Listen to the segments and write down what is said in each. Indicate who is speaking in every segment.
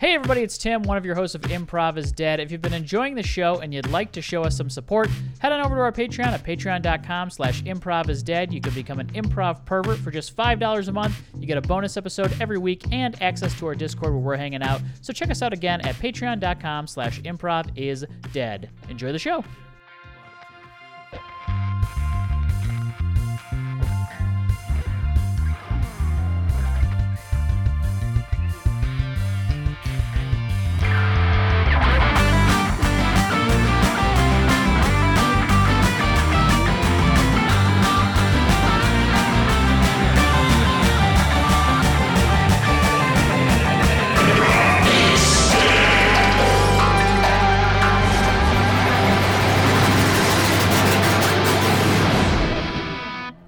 Speaker 1: Hey, everybody, it's Tim, one of your hosts of Improv is Dead. If you've been enjoying the show and you'd like to show us some support, head on over to our Patreon at patreon.com slash improv is dead. You can become an improv pervert for just $5 a month. You get a bonus episode every week and access to our Discord where we're hanging out. So check us out again at patreon.com slash improv is dead. Enjoy the show.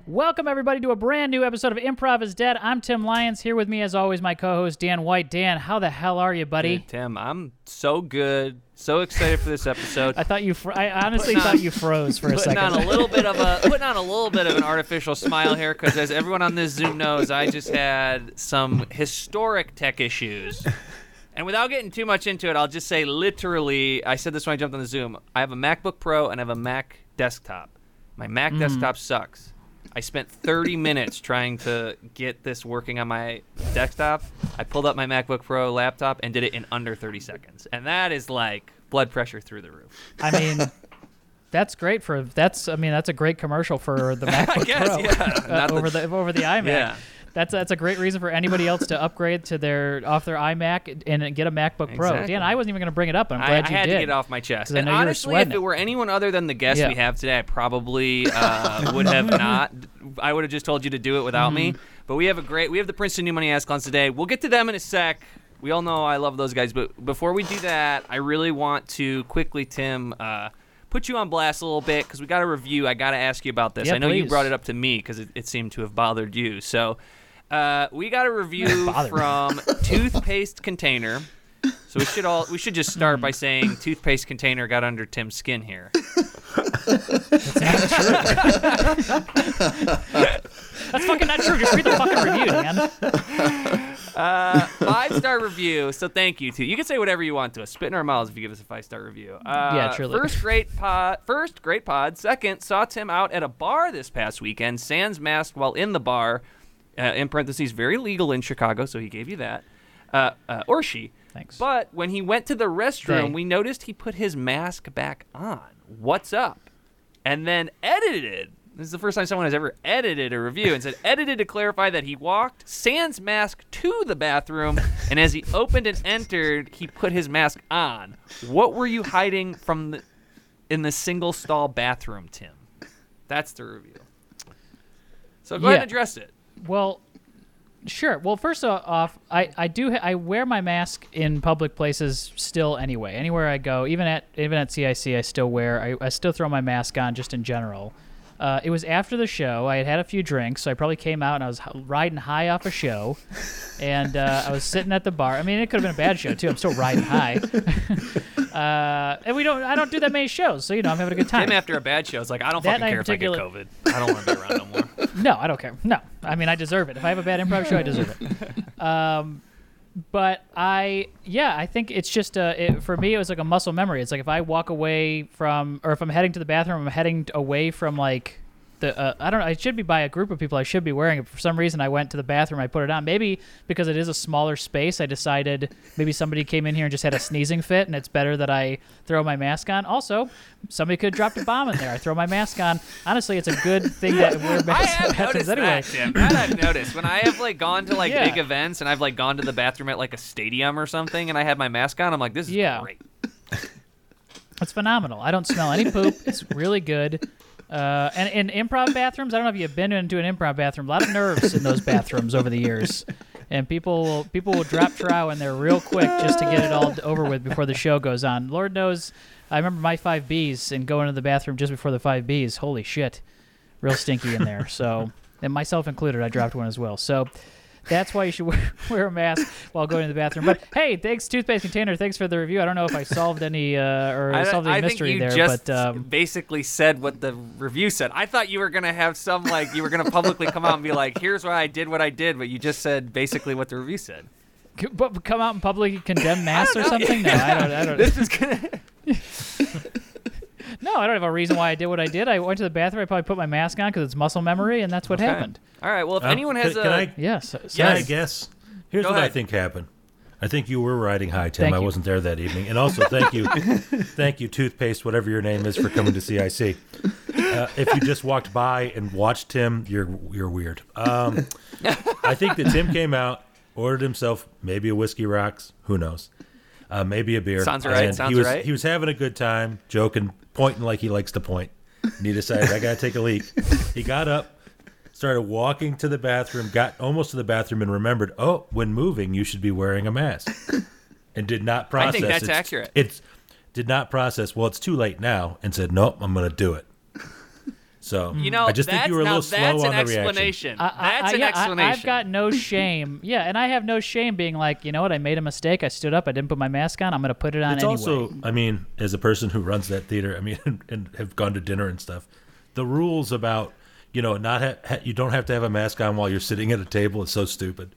Speaker 1: Welcome, everybody, to a brand new episode of Improv is Dead. I'm Tim Lyons. Here with me, as always, my co host, Dan White. Dan, how the hell are you, buddy?
Speaker 2: Dude, Tim, I'm so good, so excited for this episode.
Speaker 1: I thought you. Fr- I honestly
Speaker 2: Putting on-
Speaker 1: thought you froze for a
Speaker 2: putting
Speaker 1: second.
Speaker 2: on a little bit of a putting on a little bit of an artificial smile here, because as everyone on this Zoom knows, I just had some historic tech issues. And without getting too much into it, I'll just say literally, I said this when I jumped on the Zoom. I have a MacBook Pro and I have a Mac desktop. My
Speaker 1: Mm.
Speaker 2: Mac desktop sucks. I spent 30 minutes trying to get this working on my desktop. I pulled up my MacBook Pro laptop and did it in under 30 seconds. And that is like blood pressure through the roof.
Speaker 1: I mean, that's great for that's. I mean, that's a great commercial for the MacBook
Speaker 2: guess,
Speaker 1: Pro
Speaker 2: yeah.
Speaker 1: uh,
Speaker 2: Not
Speaker 1: over the
Speaker 2: that-
Speaker 1: over the iMac.
Speaker 2: Yeah.
Speaker 1: That's that's a great reason for anybody else to upgrade to their off their iMac and get a MacBook Pro.
Speaker 2: Exactly.
Speaker 1: Dan, I wasn't even going to bring it up. and I'm
Speaker 2: I, I
Speaker 1: glad you
Speaker 2: had
Speaker 1: did.
Speaker 2: to get it off my chest.
Speaker 1: 'Cause I
Speaker 2: And
Speaker 1: know you were
Speaker 2: honestly, if
Speaker 1: sweating
Speaker 2: it
Speaker 1: it.
Speaker 2: were anyone other than the guest
Speaker 1: Yeah.
Speaker 2: we have today, I probably uh, would have not. I would have just told you to do it without me.
Speaker 1: Mm-hmm.
Speaker 2: But we have a great. We have the Princeton New Money Ascons today. We'll get to them in a sec. We all know I love those guys. But before we do that, I really want to quickly, Tim, uh, put you on blast a little bit because we got a review. I got to ask you about this.
Speaker 1: Yeah,
Speaker 2: I know you
Speaker 1: please.
Speaker 2: brought it up to me because it, it seemed to have bothered you. So. Uh, we got a review
Speaker 1: Bothered.
Speaker 2: from Toothpaste Container. So we should all we should just start
Speaker 1: Mm.
Speaker 2: by saying toothpaste container got under Tim's skin here.
Speaker 1: That's fucking not true. Just read the fucking review, Dan.
Speaker 2: Uh, five star review. So thank you too. You can say whatever you want to us. Spit in our mouths if you give us a five star review. Uh,
Speaker 1: Yeah, truly.
Speaker 2: First great pod. First great pod. Second saw Tim out at a bar this past weekend. Sans mask while in the bar. Uh, in parentheses, very legal in Chicago, so he gave you that. Uh, uh, or she.
Speaker 1: Thanks.
Speaker 2: But when he went to the restroom,
Speaker 1: They.
Speaker 2: we noticed he put his mask back on. What's up? And then edited. This is the first time someone has ever edited a review and said edited to clarify that he walked sans mask to the bathroom, and as he opened and entered, he put his mask on. What were you hiding from the in the single stall bathroom, Tim? That's the review. So go ahead
Speaker 1: Yeah.
Speaker 2: and address it.
Speaker 1: Well, sure. Well, first o- off, I I do ha- I wear my mask in public places still anyway. Anywhere I go, even at even at CIC, I still wear I, I still throw my mask on just in general. Uh, it was after the show. I had had a few drinks, so I probably came out and I was h- riding high off a show, and uh, I was sitting at the bar. I mean, it could have been a bad show too. I'm still riding high, uh, and we don't. I don't do that many shows, so you know I'm having a good time.
Speaker 2: Tim after a bad show, it's like I don't
Speaker 1: That
Speaker 2: fucking
Speaker 1: night in
Speaker 2: care if I get
Speaker 1: particular-
Speaker 2: COVID. I don't want to be around no more.
Speaker 1: No, I don't care. No, I mean I deserve it. If I have a bad improv show, I deserve it. Um, but I, yeah, I think it's just a, it, for me, it was like a muscle memory. It's like if I walk away from, or if I'm heading to the bathroom, I'm heading away from like the, uh, I don't know, I should be by a group of people. I should be wearing it. For some reason, I went to the bathroom, I put it on. Maybe because it is a smaller space, I decided maybe somebody came in here and just had a sneezing fit, and it's better that I throw my mask on. Also, somebody could have dropped a bomb in there. I throw my mask on. Honestly, it's a good thing that we're masks
Speaker 2: I
Speaker 1: in
Speaker 2: have
Speaker 1: bathrooms
Speaker 2: noticed
Speaker 1: anyway.
Speaker 2: that, Tim. That I've noticed when I have like gone to like
Speaker 1: Yeah.
Speaker 2: big events and I've like gone to the bathroom at like a stadium or something, and I had my mask on. I'm like, this is
Speaker 1: Yeah.
Speaker 2: great.
Speaker 1: It's phenomenal. I don't smell any poop. It's really good. Uh, and in improv bathrooms, I don't know if you've been into an improv bathroom. A lot of nerves in those bathrooms over the years, and people will, people will drop trow in there real quick just to get it all over with before the show goes on. Lord knows, I remember my five Bs and going to the bathroom just before the five Bs. Holy shit, real stinky in there. So, and myself included, I dropped one as well. So. That's why you should wear, wear a mask while going to the bathroom. But hey, thanks toothpaste container. Thanks for the review. I don't know if I solved any uh, or
Speaker 2: I,
Speaker 1: solved any
Speaker 2: I think
Speaker 1: mystery
Speaker 2: you
Speaker 1: there,
Speaker 2: just
Speaker 1: but um,
Speaker 2: basically said what the review said. I thought you were gonna have some like you were gonna publicly come out and be like, here's why I did what I did, but you just said basically what the review said.
Speaker 1: C- but come out in public and condemn mass or something? No, I don't. I don't.
Speaker 2: This is gonna.
Speaker 1: No, I don't have a reason why I did what I did. I went to the bathroom. I probably put my mask on because it's muscle memory, and that's what happened.
Speaker 2: All right. Well, if
Speaker 3: Uh,
Speaker 2: anyone has
Speaker 3: can,
Speaker 2: a
Speaker 3: can I,
Speaker 1: Yes. Yeah,
Speaker 3: can I
Speaker 2: Yes.
Speaker 3: guess? Here's
Speaker 2: Go
Speaker 3: what I
Speaker 2: ahead.
Speaker 3: think happened. I think you were riding high, Tim.
Speaker 1: Thank
Speaker 3: I
Speaker 1: you.
Speaker 3: wasn't there that evening. And also, thank you, thank you, toothpaste, whatever your name is, for coming to CIC. Uh, if you just walked by and watched Tim, you're you're weird. Um, I think that Tim came out, ordered himself maybe a whiskey rocks, who knows, uh, maybe a beer.
Speaker 2: Sounds right,
Speaker 3: And
Speaker 2: sounds
Speaker 3: he was,
Speaker 2: right.
Speaker 3: He was having a good time, joking, pointing like he likes to point. And he decided, I gotta take a leak. He got up, started walking to the bathroom, got almost to the bathroom, and remembered, oh, when moving, you should be wearing a mask, and did not process.
Speaker 2: think that's
Speaker 3: it's-
Speaker 2: accurate.
Speaker 3: It's did not process. Well, it's too late now, and said, nope, I'm gonna do it. So
Speaker 2: you know,
Speaker 3: I just
Speaker 2: that's,
Speaker 3: think you were a
Speaker 2: now
Speaker 3: little slow
Speaker 2: that's
Speaker 3: on
Speaker 2: an
Speaker 3: the reaction.
Speaker 2: explanation.
Speaker 1: I- I-
Speaker 2: that's
Speaker 1: I-
Speaker 2: an
Speaker 1: yeah, I-
Speaker 2: explanation.
Speaker 1: I've got no shame. Yeah, and I have no shame being like, you know what? I made a mistake. I stood up. I didn't put my mask on. I'm going to put it on
Speaker 3: It's
Speaker 1: anyway.
Speaker 3: also, I mean, as a person who runs that theater, I mean, and, have gone to dinner and stuff, the rules about you know not ha- ha- you don't have to have a mask on while you're sitting at a table is so stupid.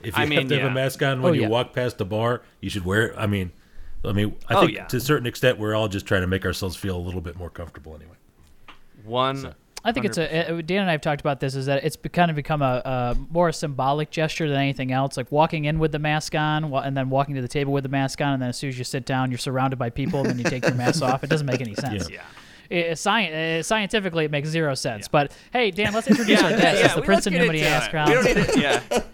Speaker 3: If you
Speaker 2: I
Speaker 3: have
Speaker 2: mean,
Speaker 3: to have
Speaker 2: yeah.
Speaker 3: a mask on when
Speaker 1: Oh,
Speaker 3: you
Speaker 1: yeah.
Speaker 3: walk past the bar, you should wear it. I mean, I mean, I
Speaker 2: Oh,
Speaker 3: think
Speaker 2: yeah.
Speaker 3: to a certain extent we're all just trying to make ourselves feel a little bit more comfortable anyway.
Speaker 2: one.
Speaker 1: I think it's a uh, Dan and I have talked about this is that it's be, kind of become a, a more symbolic gesture than anything else. Like walking in with the mask on, wa- and then walking to the table with the mask on, and then as soon as you sit down, you're surrounded by people, and then you take your mask off. It doesn't make any sense.
Speaker 2: Yeah.
Speaker 1: It- it's sci- uh, scientifically, it makes zero sense. But hey, Dan, let's introduce
Speaker 2: Yeah,
Speaker 1: our
Speaker 2: yeah,
Speaker 1: guest.
Speaker 2: yeah,
Speaker 1: It's the
Speaker 2: we-
Speaker 1: Princeton
Speaker 2: let's get
Speaker 1: Nobody
Speaker 2: into
Speaker 1: Asked
Speaker 2: it.
Speaker 1: Crowd.
Speaker 2: We don't need to- yeah.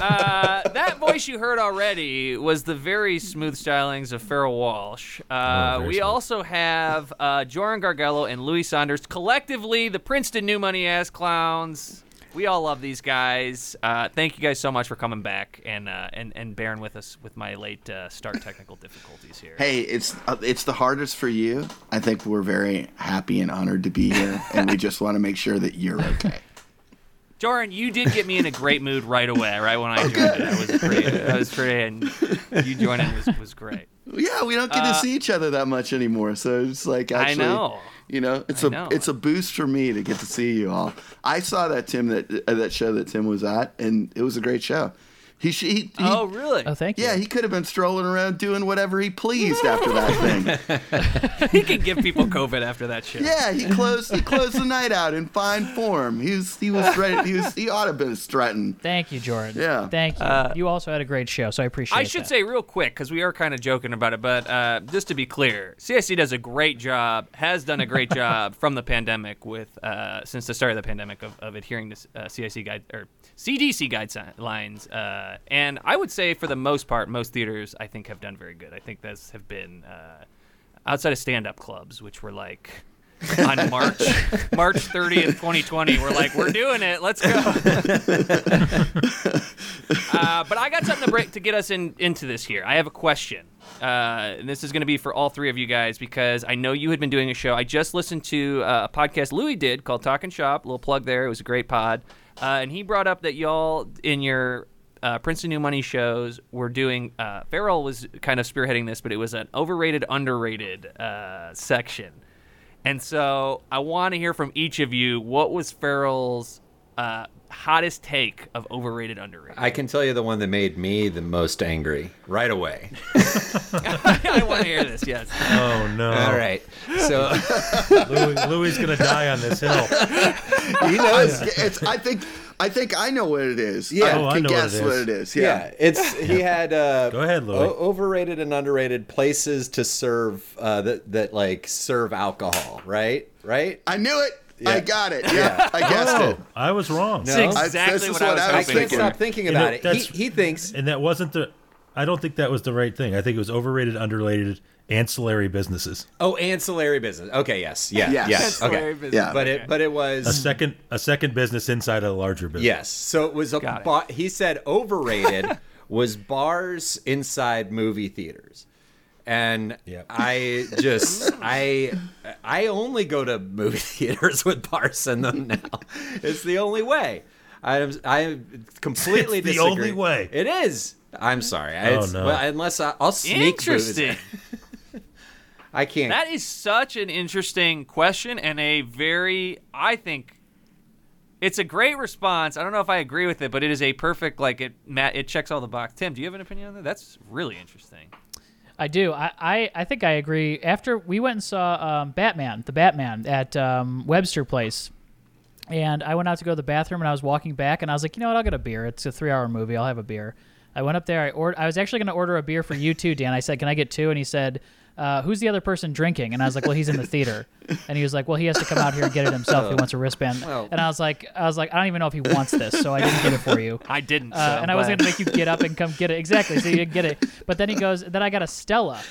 Speaker 2: Uh, that voice you heard already was the very smooth stylings of Farrell Walsh. Uh,
Speaker 3: Oh, very
Speaker 2: we
Speaker 3: smooth.
Speaker 2: also have uh, Joran Gargello and Louis Saunders, collectively the Princeton New Money Ass Clowns. We all love these guys. Uh, thank you guys so much for coming back and uh, and and bearing with us with my late uh, start technical difficulties here.
Speaker 4: Hey, it's uh, it's the hardest for you. I think we're very happy and honored to be here, and we just want to make sure that you're okay.
Speaker 2: Joran, you did get me in a great mood right away, right when I joined. It. I was pretty, I was pretty, and you joining was was great.
Speaker 4: Yeah, we don't get to see each other that much anymore, so it's like actually,
Speaker 2: Uh, I know.
Speaker 4: you know, it's
Speaker 2: I
Speaker 4: a
Speaker 2: know.
Speaker 4: it's a boost for me to get to see you all. I saw that Tim that uh, that show that Tim was at, and it was a great show. He sh- he, he
Speaker 2: Oh, really?
Speaker 1: Oh, thank you.
Speaker 4: yeah, he could have been strolling around doing whatever he pleased after that thing.
Speaker 2: he can give people COVID after that shit.
Speaker 4: Yeah, he closed he closed the night out in fine form. He was he was ready. He was he ought to have been strutting.
Speaker 1: Thank you, Jordan.
Speaker 4: Yeah.
Speaker 1: Thank you.
Speaker 2: Uh,
Speaker 1: you also had a great show, so I appreciate.
Speaker 2: I should
Speaker 1: that.
Speaker 2: say real quick because we are kind of joking about it, but uh, just to be clear, CIC does a great job, has done a great job from the pandemic with uh, since the start of the pandemic of, of adhering to uh, CIC guide or CDC guidelines, uh, and I would say for the most part, most theaters I think have done very good. I think that's have been uh, outside of stand-up clubs, which were like. on March March 30th, 2020, we're like, we're doing it. Let's go. Uh, but I got something to break to get us in into this here. I have a question. Uh, and this is going to be for all three of you guys because I know you had been doing a show. I just listened to uh, a podcast Louis did called Talk and Shop. little plug there. It was a great pod. Uh, and he brought up that y'all in your uh, Princeton New Money shows were doing. Uh, Farrell was kind of spearheading this, but it was an overrated, underrated uh, section. And so I want to hear from each of you. What was Farrell's uh, hottest take of overrated, underrated?
Speaker 5: I can tell you the one that made me the most angry right away.
Speaker 2: I want to hear this. Yes.
Speaker 3: Oh no!
Speaker 5: All right. So
Speaker 3: Louis, Louis is gonna die on this hill.
Speaker 5: he knows.
Speaker 4: It's, it's- I think I think I know what it is.
Speaker 5: Yeah.
Speaker 4: I
Speaker 5: Oh,
Speaker 4: can
Speaker 3: I know what
Speaker 4: guess
Speaker 3: it
Speaker 4: what it is.
Speaker 5: Yeah.
Speaker 4: Yeah.
Speaker 5: it's he had uh,
Speaker 3: Go ahead, Louis.
Speaker 5: o- overrated and underrated places to serve uh, that that like serve alcohol, right? Right?
Speaker 4: I knew it.
Speaker 5: Yeah.
Speaker 4: I got it. Yeah, I guessed
Speaker 3: Oh,
Speaker 4: it.
Speaker 3: I was wrong.
Speaker 5: No.
Speaker 1: Six-
Speaker 4: I,
Speaker 2: Exactly
Speaker 4: this is
Speaker 2: what
Speaker 4: what,
Speaker 2: I was
Speaker 4: I
Speaker 5: I
Speaker 4: was
Speaker 5: can't
Speaker 4: thinking.
Speaker 5: stop thinking
Speaker 3: You know,
Speaker 5: about it.
Speaker 3: that's-
Speaker 5: He, he thinks
Speaker 3: and that wasn't the. I don't think that was the right thing. I think it was overrated, underrated, ancillary businesses.
Speaker 5: oh ancillary business. Okay, yes. Yeah.
Speaker 4: Yes.
Speaker 5: Yes.
Speaker 2: Ancillary
Speaker 5: Okay.
Speaker 2: business.
Speaker 4: Yeah.
Speaker 5: But it but it was
Speaker 3: a second a second business inside a larger business.
Speaker 5: Yes. So it was a
Speaker 2: Got it.
Speaker 5: ba- he said overrated was bars inside movie theaters. And
Speaker 3: Yep.
Speaker 5: I just I I only go to movie theaters with bars in them now. It's the only way. I am I completely
Speaker 3: It's the
Speaker 5: disagree.
Speaker 3: only way.
Speaker 5: It is. I'm sorry. I-
Speaker 3: Oh,
Speaker 5: it's-
Speaker 3: no.
Speaker 5: well, unless I, I'll sneak booze.
Speaker 2: Interesting.
Speaker 5: I can't.
Speaker 2: that is such an interesting question and a very, I think, It's a great response. I don't know if I agree with it, but it is a perfect like it. Matt, it checks all the box. Tim, do you have an opinion on that? That's really
Speaker 1: Uh,
Speaker 2: interesting.
Speaker 1: I do. I, I, I think I agree. After we went and saw um, Batman, the Batman at um, Webster Place, and I went out to go to the bathroom, and I was walking back, and I was like, you know what? I'll get a beer. It's a three-hour movie. I'll have a beer. I went up there. I ordered. I was actually going to order a beer for you too, Dan. I said, can I get two? And he said. Uh, who's the other person drinking? And I was like, well, he's in the theater. And he was like, well, he has to come out here and get it himself. He wants a wristband. and I was like, I was like, I don't even know if he wants this, so I didn't get it for you.
Speaker 2: I didn't.
Speaker 1: Uh,
Speaker 2: so,
Speaker 1: and I was going
Speaker 2: but-
Speaker 1: to make you get up and come get it. Exactly. So you didn't get it. But then he goes, then I got a Stella.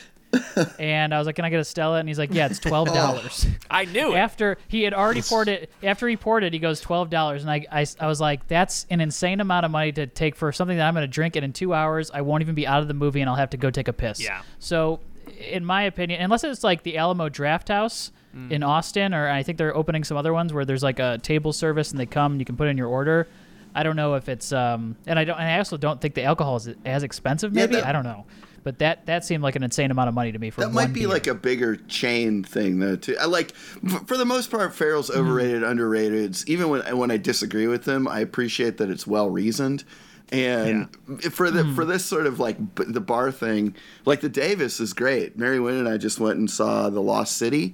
Speaker 1: And I was like, can I get a Stella? And he's like, yeah, it's $12.
Speaker 2: I knew it.
Speaker 1: after he had already poured it, after he poured it, he goes $12. And I, I, I was like, that's an insane amount of money to take for something that I'm going to drink. And in two hours, I won't even be out of the movie and I'll have to go take a piss.
Speaker 2: Yeah.
Speaker 1: So, in my opinion, unless it's like the Alamo Draft House in Austin, or I think they're opening some other ones where there's like a table service and they come and you can put in your order. I don't know if it's um, and I don't, and I also don't think the alcohol is as expensive. Maybe
Speaker 4: that-
Speaker 1: I don't know, but that that seemed like an insane amount of money to me for
Speaker 4: That
Speaker 1: one
Speaker 4: might be
Speaker 1: beer.
Speaker 4: like a bigger chain thing though too. I like f- for the most part Farrell's
Speaker 1: Mm-hmm.
Speaker 4: overrated, underrated. Even when when I disagree with them, I appreciate that it's well reasoned. And for
Speaker 1: Mm-hmm.
Speaker 4: the for this sort of like b- the bar thing, like the Davis is great. Mary Wynn and I just went and saw The Lost City.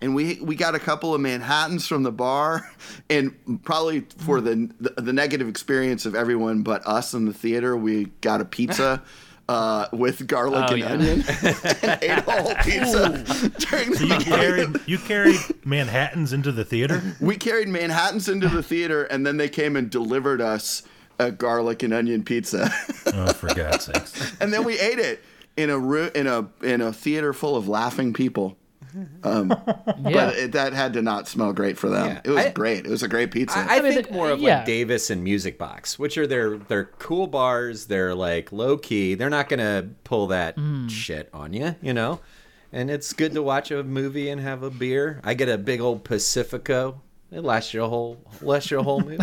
Speaker 4: And we, we got a couple of Manhattans from the bar, and probably for the,
Speaker 1: Mm-hmm.
Speaker 4: the the negative experience of everyone but us in the theater, we got a pizza uh, with garlic
Speaker 2: Oh,
Speaker 4: and
Speaker 2: yeah.
Speaker 4: onion and ate a whole pizza during the
Speaker 3: You
Speaker 4: night.
Speaker 3: carried you carried Manhattan's into the theater.
Speaker 4: We carried Manhattans into the theater, and then they came and delivered us a garlic and onion pizza,
Speaker 3: Oh, for God's sakes!
Speaker 4: and then we ate it in a ru- in a in a theater full of laughing people. Um,
Speaker 1: yeah.
Speaker 4: But it, that had to not smell great for them.
Speaker 5: Yeah.
Speaker 4: It was
Speaker 5: I-
Speaker 4: great. It was a great pizza.
Speaker 5: I, I
Speaker 1: mean,
Speaker 5: think
Speaker 1: the-
Speaker 5: more of
Speaker 1: yeah.
Speaker 5: like Davis and Music Box, which are their they're cool bars. They're like low key. They're not gonna pull that
Speaker 1: Hmm.
Speaker 5: shit on you, you know. And it's good to watch a movie and have a beer. I get a big old Pacifico. It lasts you a whole lasts you a whole movie.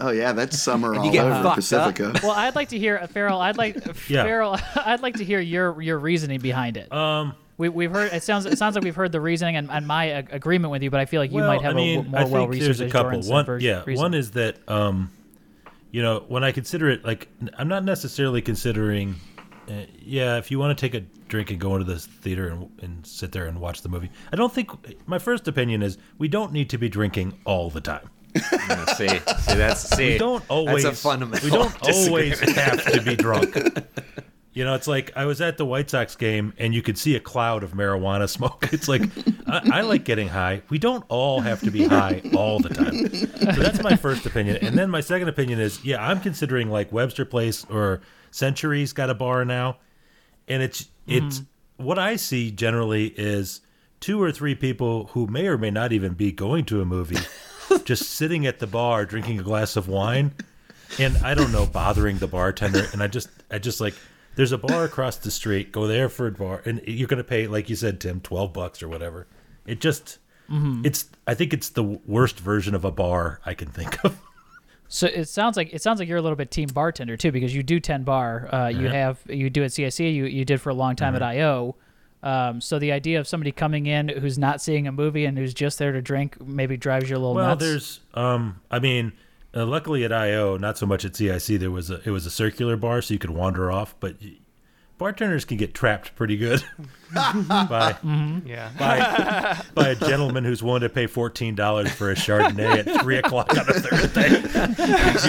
Speaker 4: oh yeah, that's summer all
Speaker 5: get
Speaker 4: over
Speaker 5: fucked up.
Speaker 4: Pacifica.
Speaker 1: Well, I'd like to hear uh, Farrell. I'd like
Speaker 3: Yeah.
Speaker 1: Farrell. I'd like to hear your your reasoning behind it.
Speaker 3: Um,
Speaker 1: we, we've heard. It sounds it sounds like we've heard the reasoning and, and my ag- agreement with you, but I feel like you
Speaker 3: well,
Speaker 1: might have
Speaker 3: I mean,
Speaker 1: a w- more
Speaker 3: I think
Speaker 1: well
Speaker 3: there's
Speaker 1: researched
Speaker 3: a couple. One, yeah, one is that um, you know, when I consider it, like n- I'm not necessarily considering. Uh, yeah, if you want to take a drink and go into the theater and, and sit there and watch the movie, I don't think my first opinion is we don't need to be drinking all the time.
Speaker 5: Yeah, see, see, that's see.
Speaker 3: we don't always
Speaker 5: That's a fundamental.
Speaker 3: we don't always
Speaker 5: disagreement.
Speaker 3: have to be drunk. You know, it's like I was at the White Sox game and you could see a cloud of marijuana smoke. It's like I, I like getting high. We don't all have to be high all the time. So that's my first opinion. And then my second opinion is, yeah, I'm considering like Webster Place or Century's got a bar now and it's it's what I see generally is two or three people who may or may not even be going to a movie, just sitting at the bar drinking a glass of wine, and I don't know bothering the bartender, and I just I just like there's a bar across the street, go there for a bar, and you're gonna pay like you said, Tim, twelve bucks or whatever. It just it's I think it's the worst version of a bar I can think of.
Speaker 1: So it sounds like it sounds like you're a little bit team bartender too, because you do ten bar. Uh,
Speaker 3: Uh-huh.
Speaker 1: you have you do at CIC. You you did for a long time at IO. Um, so the idea of somebody coming in who's not seeing a movie and who's just there to drink maybe drives you a little
Speaker 3: Well,
Speaker 1: nuts.
Speaker 3: there's, um, I mean, uh, luckily at IO, not so much at CIC. There was a it was a circular bar, so you could wander off. But y- bartenders can get trapped pretty good by
Speaker 1: Mm-hmm.
Speaker 2: Yeah.
Speaker 3: by by a gentleman who's willing to pay fourteen dollars for a Chardonnay at three o'clock on a Thursday.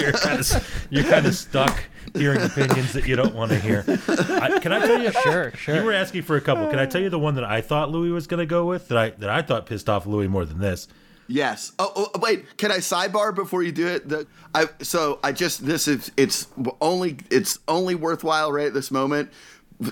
Speaker 3: you're kind of you're kind of stuck hearing opinions that you don't want to hear. I, can I tell you?
Speaker 1: sure, sure.
Speaker 3: You were asking for a couple. Can I tell you the one that I thought Louis was going to go with that I that I thought pissed off Louis more than this?
Speaker 4: Yes. Oh, oh, wait. Can I sidebar before you do it? The, I so I just this is it's only it's only worthwhile right at this moment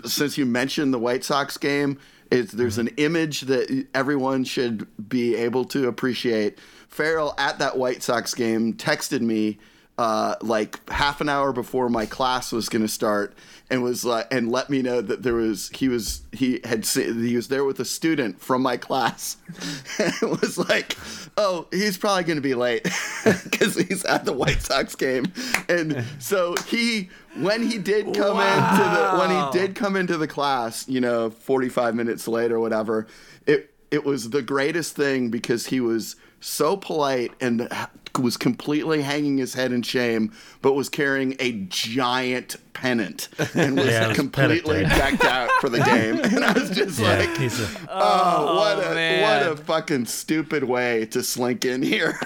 Speaker 4: since you mentioned the White Sox game. It's, there's an image that everyone should be able to appreciate. Farrell at that White Sox game texted me uh, like half an hour before my class was going to start and was like and let me know that there was he was he had se- he was there with a student from my class and was like oh he's probably going to be late because he's at the white sox game and so he when he did come into the when he
Speaker 5: Wow.
Speaker 4: did come into the class you know 45 minutes late or whatever it it was the greatest thing because he was so polite and was completely hanging his head in shame, but was carrying a giant pennant and was
Speaker 3: Yeah, it was
Speaker 4: completely
Speaker 3: pennant
Speaker 4: decked out for the game. And I was just
Speaker 3: Yeah,
Speaker 4: like,
Speaker 3: he's a-
Speaker 4: oh, what a
Speaker 2: man.
Speaker 4: what a fucking stupid way to slink in here.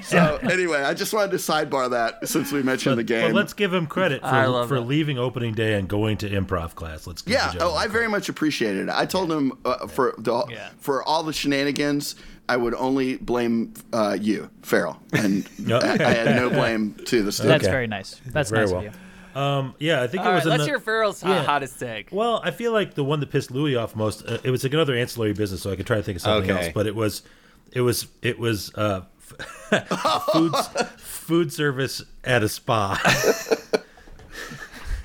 Speaker 4: so anyway, I just wanted to sidebar that since we mentioned the game.
Speaker 3: But let's give him credit
Speaker 2: I
Speaker 3: for,
Speaker 2: love
Speaker 3: for
Speaker 2: it.
Speaker 3: leaving opening day and going to improv class. Let's give
Speaker 4: Yeah.
Speaker 3: the
Speaker 4: Oh, I
Speaker 3: gentleman
Speaker 4: very much appreciated it. I told him uh, for the,
Speaker 1: Yeah.
Speaker 4: for all the shenanigans, I would only blame uh, you, Farrell, and
Speaker 3: Yep.
Speaker 4: I, I had no blame to the student.
Speaker 1: That's
Speaker 3: Okay. very
Speaker 1: very nice. That's
Speaker 3: Very
Speaker 1: nice
Speaker 3: well.
Speaker 1: of you.
Speaker 3: Um, yeah, I think
Speaker 2: All
Speaker 3: it
Speaker 2: right,
Speaker 3: was.
Speaker 2: let's
Speaker 3: ano-
Speaker 2: hear Farrell's ho-
Speaker 3: Yeah.
Speaker 2: hottest take.
Speaker 3: Well, I feel like the one that pissed Louis off most. Uh, it was like another ancillary business, so I could try to think of something
Speaker 5: Okay.
Speaker 3: else. But it was, it was, it was uh, f- food food service at a spa,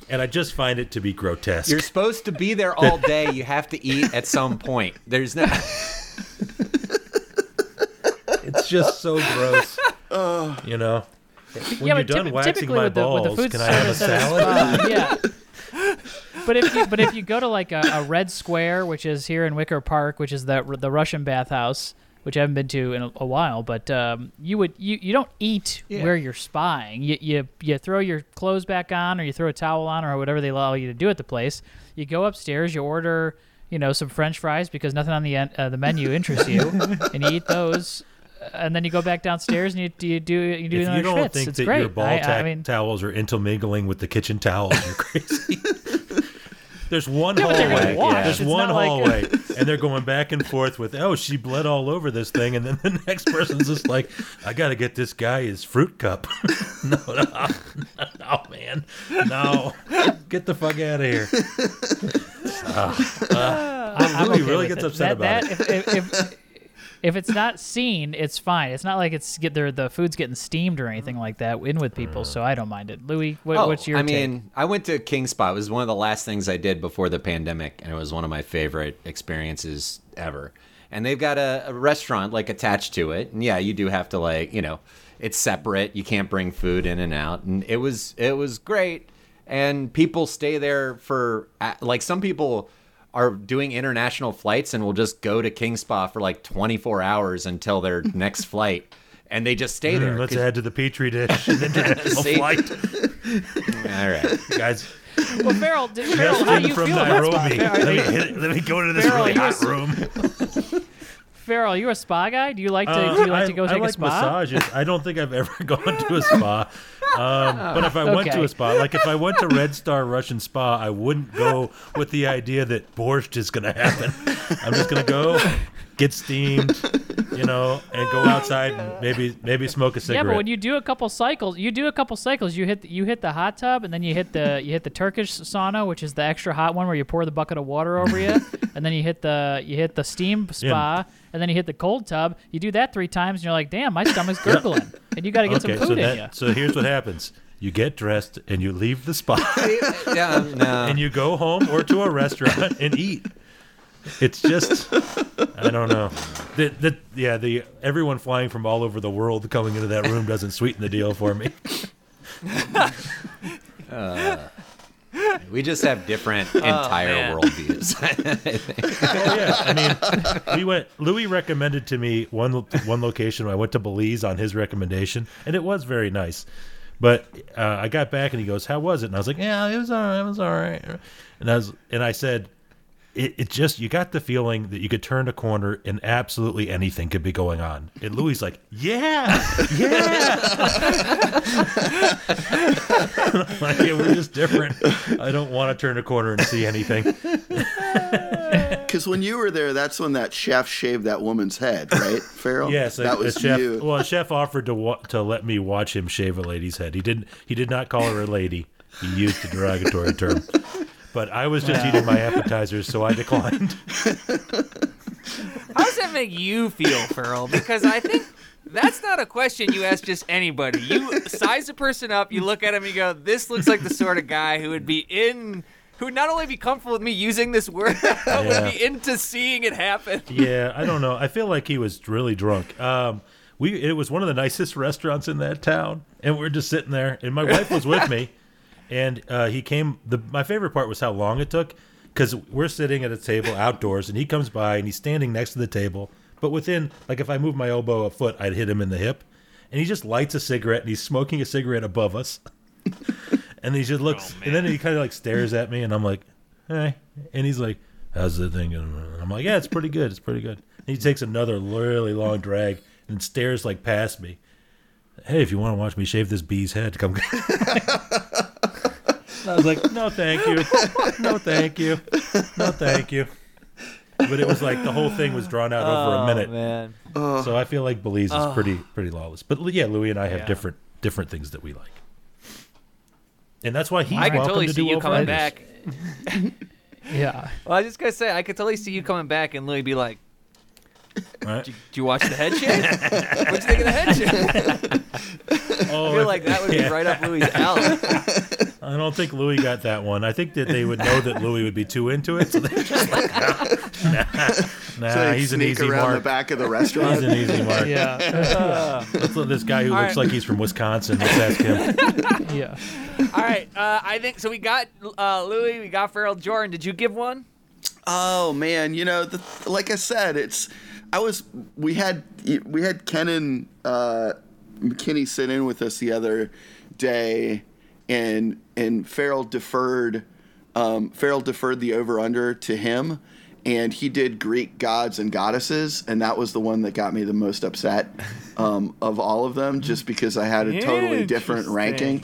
Speaker 3: and I just find it to be grotesque.
Speaker 5: You're supposed to be there all day. You have to eat at some point. There's no.
Speaker 3: It's just so gross. you know. When
Speaker 1: yeah,
Speaker 3: you're
Speaker 1: but
Speaker 3: done
Speaker 1: typ-
Speaker 3: waxing
Speaker 1: typically
Speaker 3: my
Speaker 1: with
Speaker 3: balls,
Speaker 1: the, with the food
Speaker 3: can I have a
Speaker 1: service at
Speaker 3: salad?
Speaker 1: spa, yeah. But if you but if you go to like a, a red square, which is here in Wicker Park, which is the the Russian bathhouse, which I haven't been to in a, a while, but um, you would you, you don't eat where you're spying. You, you you throw your clothes back on, or you throw a towel on, or whatever they allow you to do at the place. You go upstairs, you order you know some French fries because nothing on the en- uh, the menu interests you, and you eat those. uh, And then you go back downstairs and you, you do you do
Speaker 3: If
Speaker 1: another
Speaker 3: you don't
Speaker 1: schwitz.
Speaker 3: think
Speaker 1: it's
Speaker 3: that
Speaker 1: great.
Speaker 3: your ball
Speaker 1: I, I
Speaker 3: tack
Speaker 1: mean,
Speaker 3: towels are intermingling with the kitchen towels, you're crazy. There's one
Speaker 1: but they're
Speaker 3: hallway.
Speaker 1: gonna wash.
Speaker 3: There's
Speaker 1: It's
Speaker 3: one
Speaker 1: not like-
Speaker 3: hallway, and they're going back and forth with, "Oh, she bled all over this thing," and then the next person's just like, "I gotta get this guy his fruit cup." no, no, no, man, no, get the fuck out of here.
Speaker 1: I'm
Speaker 3: Louis
Speaker 1: okay
Speaker 3: really
Speaker 1: with
Speaker 3: gets
Speaker 1: it.
Speaker 3: upset
Speaker 1: that,
Speaker 3: about
Speaker 1: that, If, if, if, if it's not seen, it's fine. It's not like it's get there. The food's getting steamed or anything like that in with people, so I don't mind it. Louis, what, what's your
Speaker 5: Oh, I
Speaker 1: take?
Speaker 5: mean, I went to King Spot. It was one of the last things I did before the pandemic, and it was one of my favorite experiences ever. And they've got a, a restaurant like attached to it, and yeah, you do have to like you know, it's separate. You can't bring food in and out, and it was it was great. And people stay there for uh, like some people are doing international flights and will just go to King Spa for like 24 hours until their next flight, and they just
Speaker 1: Mm,
Speaker 5: stay there.
Speaker 3: Hmm, Let's
Speaker 5: 'cause-
Speaker 3: add to the petri dish an international
Speaker 5: See?
Speaker 3: flight,
Speaker 5: all right.
Speaker 3: guys.
Speaker 1: well, Farrell, did, Farrell,
Speaker 3: Just
Speaker 1: how do
Speaker 3: in
Speaker 1: you
Speaker 3: from
Speaker 1: feel about
Speaker 3: Nairobi.
Speaker 1: spa? Are
Speaker 3: Let me,
Speaker 1: you-
Speaker 3: hit, let me go to this
Speaker 1: Farrell,
Speaker 3: really
Speaker 1: you're
Speaker 3: hot
Speaker 1: s-
Speaker 3: room.
Speaker 1: Farrell, you a spa guy? Do you like to?
Speaker 3: Uh,
Speaker 1: do you like
Speaker 3: I,
Speaker 1: to go
Speaker 3: I
Speaker 1: take
Speaker 3: like
Speaker 1: a spa?
Speaker 3: massages. I don't think I've ever gone to a spa. Um, but if I went to
Speaker 1: Okay.
Speaker 3: a spa, like if I went to Red Star Russian Spa, I wouldn't go with the idea that borscht is going to happen. I'm just going to go get steamed, you know, and go outside and maybe maybe smoke a
Speaker 1: Yeah,
Speaker 3: cigarette.
Speaker 1: but when you do a couple cycles, you do a couple cycles. You hit the, you hit the hot tub, and then you hit the you hit the Turkish sauna, which is the extra hot one where you pour the bucket of water over you, and then you hit the you hit the steam spa, and then you hit the cold tub. You do that three times, and you're like, damn, my stomach's gurgling, and you got to get
Speaker 3: okay,
Speaker 1: some
Speaker 3: so
Speaker 1: food in you.
Speaker 3: that, so here's what happens. You get dressed and you leave the spa
Speaker 5: Yeah, um, no.
Speaker 3: and you go home or to a restaurant and eat. It's just I don't know. The, the yeah the everyone flying from all over the world coming into that room doesn't sweeten the deal for me.
Speaker 5: We just have different entire
Speaker 2: man.
Speaker 5: worldviews.
Speaker 3: Oh yeah, I mean we went. Louis recommended to me one one location. I went to Belize on his recommendation, and it was very nice. But uh, I got back and he goes, "How was it?" And I was like, "Yeah, it was all right. It was all right." And I was and I said, it, it just you got the feeling that you could turn a corner and absolutely anything could be going on. And Louis like, yeah, yeah. like yeah, we're just different. I don't want to turn a corner and see anything.
Speaker 4: Because when you were there, that's when that chef shaved that woman's head, right, Farrell?
Speaker 3: Yes,
Speaker 4: that
Speaker 3: a,
Speaker 4: was
Speaker 3: a chef.
Speaker 4: you.
Speaker 3: Well, a chef offered to wa- to let me watch him shave a lady's head. He didn't. He did not call her a lady. He used a derogatory term. But I was just eating my appetizers, so I declined.
Speaker 2: How does that make you feel, Farrell? Because I think that's not a question you ask just anybody. You size a person up, you look at him, you go, "This looks like the sort of guy who would be in." Who would not only be comfortable with me using this word, but
Speaker 3: Yeah.
Speaker 2: would be into seeing it happen.
Speaker 3: Yeah, I don't know. I feel like he was really drunk. Um, we it was one of the nicest restaurants in that town, and we're just sitting there, and my wife was with me, and uh, he came. The my favorite part was how long it took because we're sitting at a table outdoors, and he comes by and he's standing next to the table, but within like if I move my elbow a foot, I'd hit him in the hip. And he just lights a cigarette and he's smoking a cigarette above us. and he just looks and then he kind of like stares at me and I'm like, "Hey." And he's like, "How's the thing?" going?" And I'm like, "Yeah, it's pretty good. It's pretty good." And he takes another really long drag and stares like past me. Hey, if you want to watch me shave this bee's head, come. I was like, no, thank you. No, thank you. No, thank you. But it was like the whole thing was drawn out over a minute.
Speaker 2: Oh, man.
Speaker 3: So I feel like Belize is pretty pretty lawless. But yeah, Louis and I have
Speaker 2: Yeah.
Speaker 3: different different things that we like. And that's why he's
Speaker 2: I can
Speaker 3: welcome
Speaker 2: totally
Speaker 3: to
Speaker 2: see
Speaker 3: do
Speaker 2: you
Speaker 3: Wolf
Speaker 2: coming
Speaker 3: Riders.
Speaker 2: back.
Speaker 1: Yeah.
Speaker 2: Well, I was just gonna say I could totally see you coming back and Louis be like,
Speaker 3: Right?
Speaker 2: "Do you watch the head shave? What'd you think of the head shave?"
Speaker 3: Oh,
Speaker 2: I feel like that would be
Speaker 3: yeah.
Speaker 2: right up Louis' alley.
Speaker 3: I don't think Louis got that one. I think that they would know that Louis would be too into it. So they're just like, nah, nah,
Speaker 4: So he'd
Speaker 3: uh, he's an
Speaker 4: sneak
Speaker 3: easy
Speaker 4: around
Speaker 3: mark.
Speaker 4: the back of the
Speaker 3: He's
Speaker 4: restaurant.
Speaker 3: an easy mark.
Speaker 1: Yeah. uh,
Speaker 3: Let's let this guy who
Speaker 2: All
Speaker 3: looks
Speaker 2: right.
Speaker 3: like he's from Wisconsin. Let's ask him.
Speaker 1: Yeah.
Speaker 2: All right, uh, I think so. We got uh, Louis, we got Farrell Jordan. Did you give one?
Speaker 4: oh man, you know, the, like I said, it's I was we had we had Ken and uh, McKinney sit in with us the other day, and and Farrell deferred um, Farrell deferred the over under to him. And he did Greek gods and goddesses, and that was the one that got me the most upset um, of all of them, just because I had a totally different
Speaker 2: Interesting.
Speaker 4: ranking.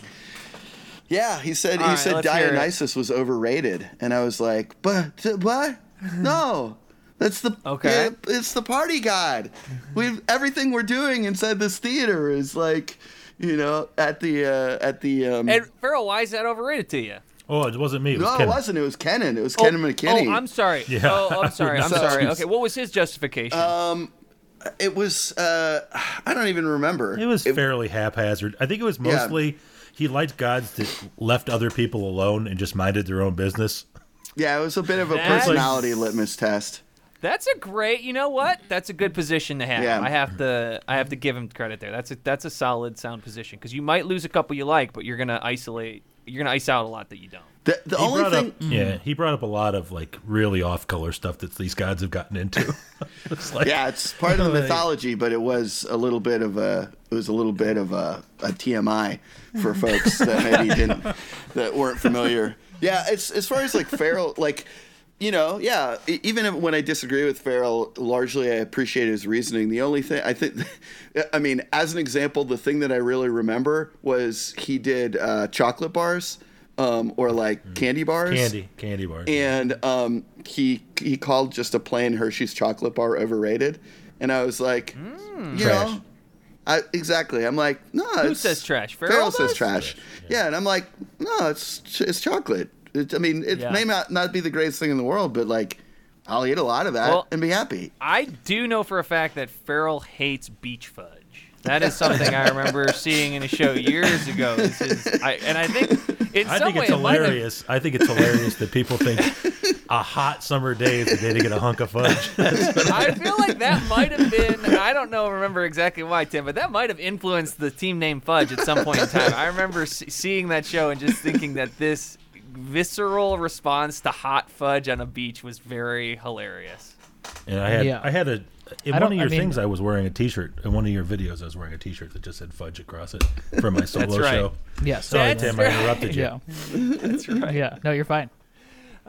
Speaker 4: Yeah, he said
Speaker 2: All
Speaker 4: he
Speaker 2: right,
Speaker 4: said
Speaker 2: let's hear it.
Speaker 4: Dionysus was overrated, and I was like, but th- what? No, that's the
Speaker 2: Okay.
Speaker 4: yeah, it's the party god. We've everything we're doing inside this theater is like, you know, at the uh, at the um.
Speaker 2: And Farrell, why is that overrated to you?
Speaker 3: Oh, it wasn't me. It was
Speaker 4: no, it
Speaker 3: Ken.
Speaker 4: wasn't. It was Kenan. It was Kenan McKinney.
Speaker 2: Oh, I'm sorry.
Speaker 3: Yeah.
Speaker 2: Oh, I'm sorry. I'm
Speaker 4: So-
Speaker 2: sorry. Okay, what was his justification?
Speaker 4: Uh, it was. Uh, I don't even remember.
Speaker 3: It was fairly haphazard. I think it was
Speaker 4: Yeah.
Speaker 3: mostly he liked gods that left other people alone and just minded their own business.
Speaker 4: yeah, it was a bit of a
Speaker 2: That's-
Speaker 4: personality litmus test.
Speaker 2: that's a great. You know what? That's a good position to have.
Speaker 4: Yeah.
Speaker 2: I have to. I have to give him credit there. That's a that's a solid sound position because you might lose a couple you like, but you're gonna isolate. You're gonna ice out a lot that you don't.
Speaker 4: The, the
Speaker 3: He
Speaker 4: only
Speaker 3: brought
Speaker 4: thing.
Speaker 3: up, yeah, he brought up a lot of like really off-color stuff that these gods have gotten into. it's like,
Speaker 4: yeah, it's part of the mythology, but it was a little bit of a it was a little bit of a, a TMI for folks that maybe didn't that weren't familiar. Yeah, it's as far as like Farrell, like you know, yeah. e- Even if, when I disagree with Farrell, largely I appreciate his reasoning. The only thing I think, I mean, as an example, the thing that I really remember was he did uh, chocolate bars um, or like candy bars
Speaker 3: candy, candy bars.
Speaker 4: and um, he he called just a plain Hershey's chocolate bar overrated, and I was like, you
Speaker 3: Trash.
Speaker 4: know, I exactly. I'm like, no,
Speaker 2: Mm. Who
Speaker 4: it's-
Speaker 2: says trash? Farrell,
Speaker 4: Farrell says
Speaker 2: does?
Speaker 4: trash. Yeah. and I'm like, no, it's ch- it's chocolate. It, I mean, it
Speaker 2: Yeah.
Speaker 4: may not not be the greatest thing in the world, but like, I'll eat a lot of that
Speaker 2: Well-
Speaker 4: and be happy.
Speaker 2: I do know for a fact that Farrell hates beach fudge. That is something I remember seeing in a show years ago. This is, I, and I think in
Speaker 3: I
Speaker 2: some
Speaker 3: think
Speaker 2: way
Speaker 3: it's
Speaker 2: it might have-
Speaker 3: hilarious. I think it's hilarious that people think a hot summer day is the day to get a hunk of fudge.
Speaker 2: I feel like that might have been. I don't know, remember exactly why, Tim, but that might have influenced the team name Fudge at some point in time. I remember s- seeing that show and just thinking that this visceral response to hot fudge on a beach was very hilarious.
Speaker 3: And I had
Speaker 1: Yeah.
Speaker 3: I had a in
Speaker 1: I
Speaker 3: one
Speaker 1: don't-
Speaker 3: of
Speaker 1: I
Speaker 3: your
Speaker 1: mean-
Speaker 3: things I was wearing a T-shirt. In one of your videos I was wearing a T-shirt that just said fudge across it for my solo
Speaker 2: right.
Speaker 3: show.
Speaker 1: Yes.
Speaker 3: Sorry,
Speaker 2: That's
Speaker 3: Tim,
Speaker 2: right.
Speaker 3: I interrupted you.
Speaker 1: Yeah.
Speaker 2: That's right.
Speaker 1: Yeah. No, you're fine.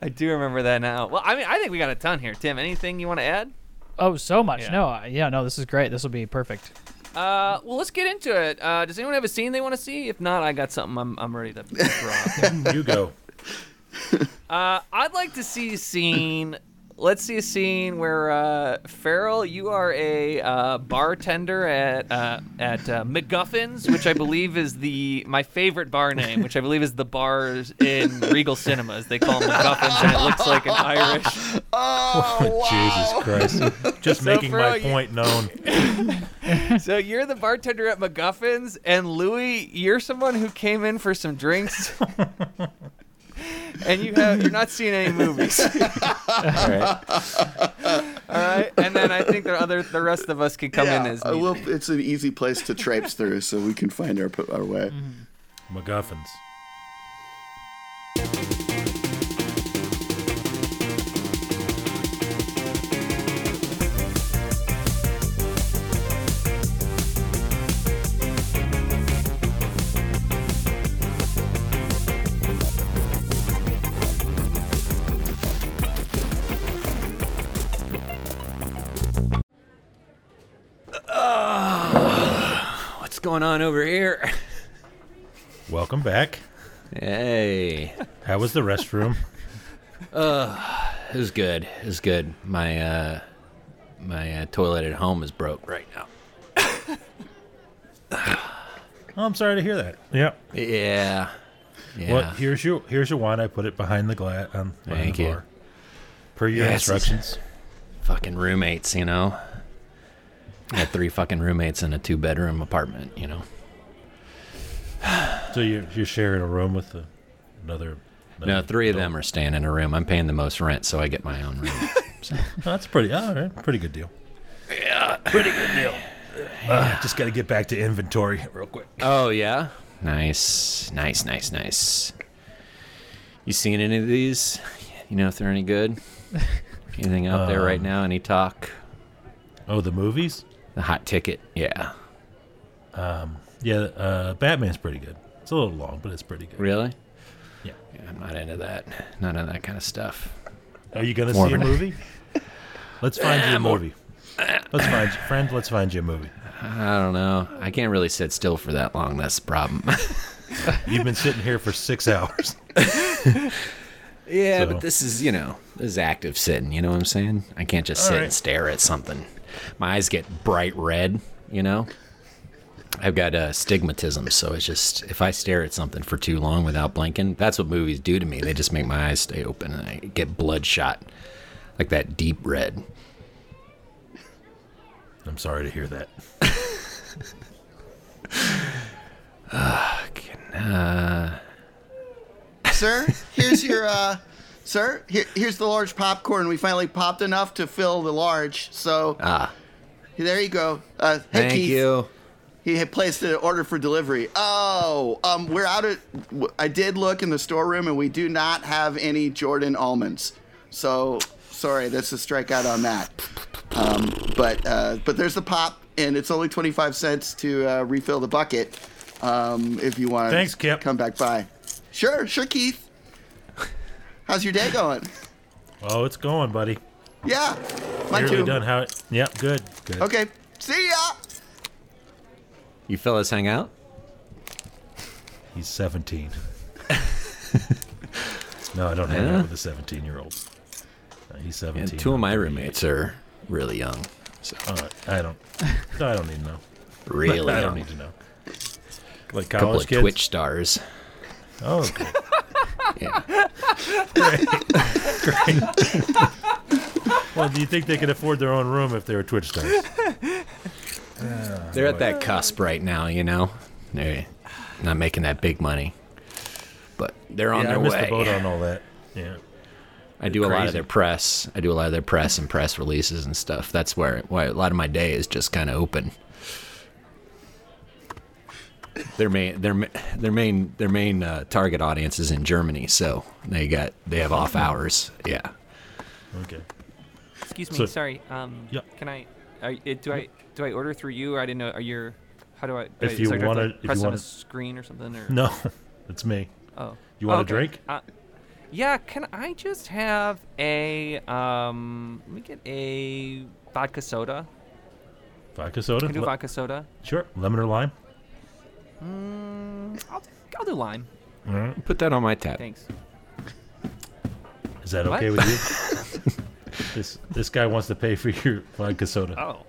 Speaker 2: I do remember that now. Well, I mean, I think we got a ton here, Tim. Anything you want to add?
Speaker 1: Oh, so much.
Speaker 2: Yeah.
Speaker 1: No. I, yeah. No. This is great. This will be perfect.
Speaker 2: Uh, well, let's get into it. Uh, does anyone have a scene they want to see? If not, I got something I'm, I'm ready to throw out there.
Speaker 3: You go.
Speaker 2: Uh, I'd like to see a scene. Let's see a scene where uh, Farrell, you are a uh, bartender at uh, at uh, MacGuffin's, which I believe is the my favorite bar name, which I believe is the bars in Regal Cinemas. They call them MacGuffin's, and it looks like an Irish.
Speaker 3: Jesus Christ! Just making
Speaker 2: Farrell,
Speaker 3: my
Speaker 2: you-
Speaker 3: point known.
Speaker 2: So you're the bartender at MacGuffin's, and Louis, you're someone who came in for some drinks. And you have you're not seeing any movies.
Speaker 5: All right.
Speaker 2: All right, and then I think the other the rest of us can come in as
Speaker 4: uh,
Speaker 2: needed.
Speaker 4: well, it's an easy place to traipse through, so we can find our our way.
Speaker 2: Mm.
Speaker 3: MacGuffins.
Speaker 5: going on over here?
Speaker 3: Welcome back.
Speaker 5: Hey,
Speaker 3: How was the restroom?
Speaker 5: it was good. It was good. My uh, my uh, toilet at home is broke right now.
Speaker 3: Oh, I'm sorry to hear that. Yeah.
Speaker 5: Yeah. Yeah.
Speaker 3: Well, here's your here's your wine. I put it behind the glass on behind
Speaker 5: Thank
Speaker 3: the
Speaker 5: you.
Speaker 3: bar. Per your
Speaker 5: Yes.
Speaker 3: instructions.
Speaker 5: Fucking roommates, you know. I had three fucking roommates in a two bedroom apartment, you know.
Speaker 3: So you you're sharing a room with the, another.
Speaker 5: No,
Speaker 3: another
Speaker 5: three of
Speaker 3: adult.
Speaker 5: them are staying in a room. I'm paying the most rent, so I get my own room.
Speaker 3: Oh, that's pretty. All right, pretty good deal. Yeah, pretty good deal. Uh, just got to get back to inventory real quick.
Speaker 5: oh yeah. Nice, nice, nice, nice. You seen any of these? You know if they're any good? Anything out there right now? Any talk?
Speaker 3: Oh, the movies.
Speaker 5: The hot ticket? Yeah.
Speaker 3: Yeah, uh, Batman's pretty good. It's a little long, but it's pretty good.
Speaker 5: Really?
Speaker 3: Yeah.
Speaker 5: Yeah, I'm not into that. Not into that kind of stuff.
Speaker 3: Are you gonna
Speaker 5: More
Speaker 3: see a
Speaker 5: of an-
Speaker 3: movie? let's find you a movie. Let's find you, friend. Let's find you a movie.
Speaker 5: I don't know. I can't really sit still for that long. That's the problem.
Speaker 3: You've been sitting here for six hours.
Speaker 5: Yeah,
Speaker 3: So-
Speaker 5: but this is, you know, this is active sitting, you know what I'm saying? I can't just sit
Speaker 3: right.
Speaker 5: and stare at something. My eyes get bright red, you know? I've got uh, stigmatism, so it's just if I stare at something for too long without blinking, that's what movies do to me. They just make my eyes stay open and I get bloodshot, like that deep red.
Speaker 3: I'm sorry to hear that.
Speaker 4: sir, here's your, uh, sir, here, here's the large popcorn. We finally popped enough to fill the large. So
Speaker 5: Ah,
Speaker 4: there you go. Uh, hey,
Speaker 5: thank
Speaker 4: Keith.
Speaker 5: you.
Speaker 4: He had placed an order for delivery. Oh, um, we're out at. w- I did look in the storeroom, and we do not have any Jordan almonds. So sorry, that's a strikeout on that. Um, but uh, but there's the pop, and it's only 25 cents to uh, refill the bucket. Um, if you want,
Speaker 3: Thanks, Kip.
Speaker 4: Come back by. Sure, sure, Keith. How's your day going?
Speaker 3: Oh, it's going, buddy.
Speaker 4: Yeah, mine
Speaker 3: Nearly
Speaker 4: too.
Speaker 3: done. How? Yeah, good. Good.
Speaker 4: Okay, see ya.
Speaker 5: You fellas hang out?
Speaker 3: He's 17. no, I don't hang
Speaker 5: Yeah?
Speaker 3: out with a 17 year old. he's 17.
Speaker 5: And two of my roommates are really young. So,
Speaker 3: Uh, I don't. No, I don't need to know.
Speaker 5: really
Speaker 3: I don't
Speaker 5: young.
Speaker 3: need to know. Like
Speaker 5: couple
Speaker 3: college
Speaker 5: of
Speaker 3: kids.
Speaker 5: Twitch stars.
Speaker 3: Oh, okay.
Speaker 5: Yeah.
Speaker 3: well, do you think they could afford their own room if they were Twitch stars?
Speaker 5: They're at that cusp right now, you know. They're not making that big money, but they're on
Speaker 3: yeah, I
Speaker 5: their
Speaker 3: missed the boat
Speaker 5: way.
Speaker 3: on all that. Yeah.
Speaker 5: I do a lot
Speaker 3: Crazy.
Speaker 5: of their press. I do a lot of their press and press releases and stuff. That's where why a lot of my day is just kind of open. Their main their ma- their main their main uh, target audience is in Germany, so they got they have off hours. Yeah.
Speaker 3: Okay.
Speaker 2: Excuse me,
Speaker 3: So-
Speaker 2: sorry. Um,
Speaker 3: Yeah.
Speaker 2: Can I? Are, uh, do I do I order through you? Or I didn't know. Are you? How do I? do
Speaker 3: If
Speaker 2: I-
Speaker 3: you
Speaker 2: sorry, do I have
Speaker 3: wanna-
Speaker 2: to
Speaker 3: if you
Speaker 2: press on
Speaker 3: wanna-
Speaker 2: a screen or something, or
Speaker 3: No, it's me.
Speaker 2: oh,
Speaker 3: You want
Speaker 2: Oh,
Speaker 3: a drink?
Speaker 2: Uh, yeah. Can I just have a? Um, let me get a vodka soda.
Speaker 3: Vodka soda.
Speaker 2: Can I do
Speaker 3: Le-
Speaker 2: vodka soda?
Speaker 3: Sure. Lemon or lime.
Speaker 2: Mm, I'll, I'll do lime.
Speaker 5: Put that on my tab.
Speaker 2: Thanks.
Speaker 3: Is that
Speaker 2: What?
Speaker 3: okay with you? this this guy wants to pay for your vodka soda.
Speaker 2: Oh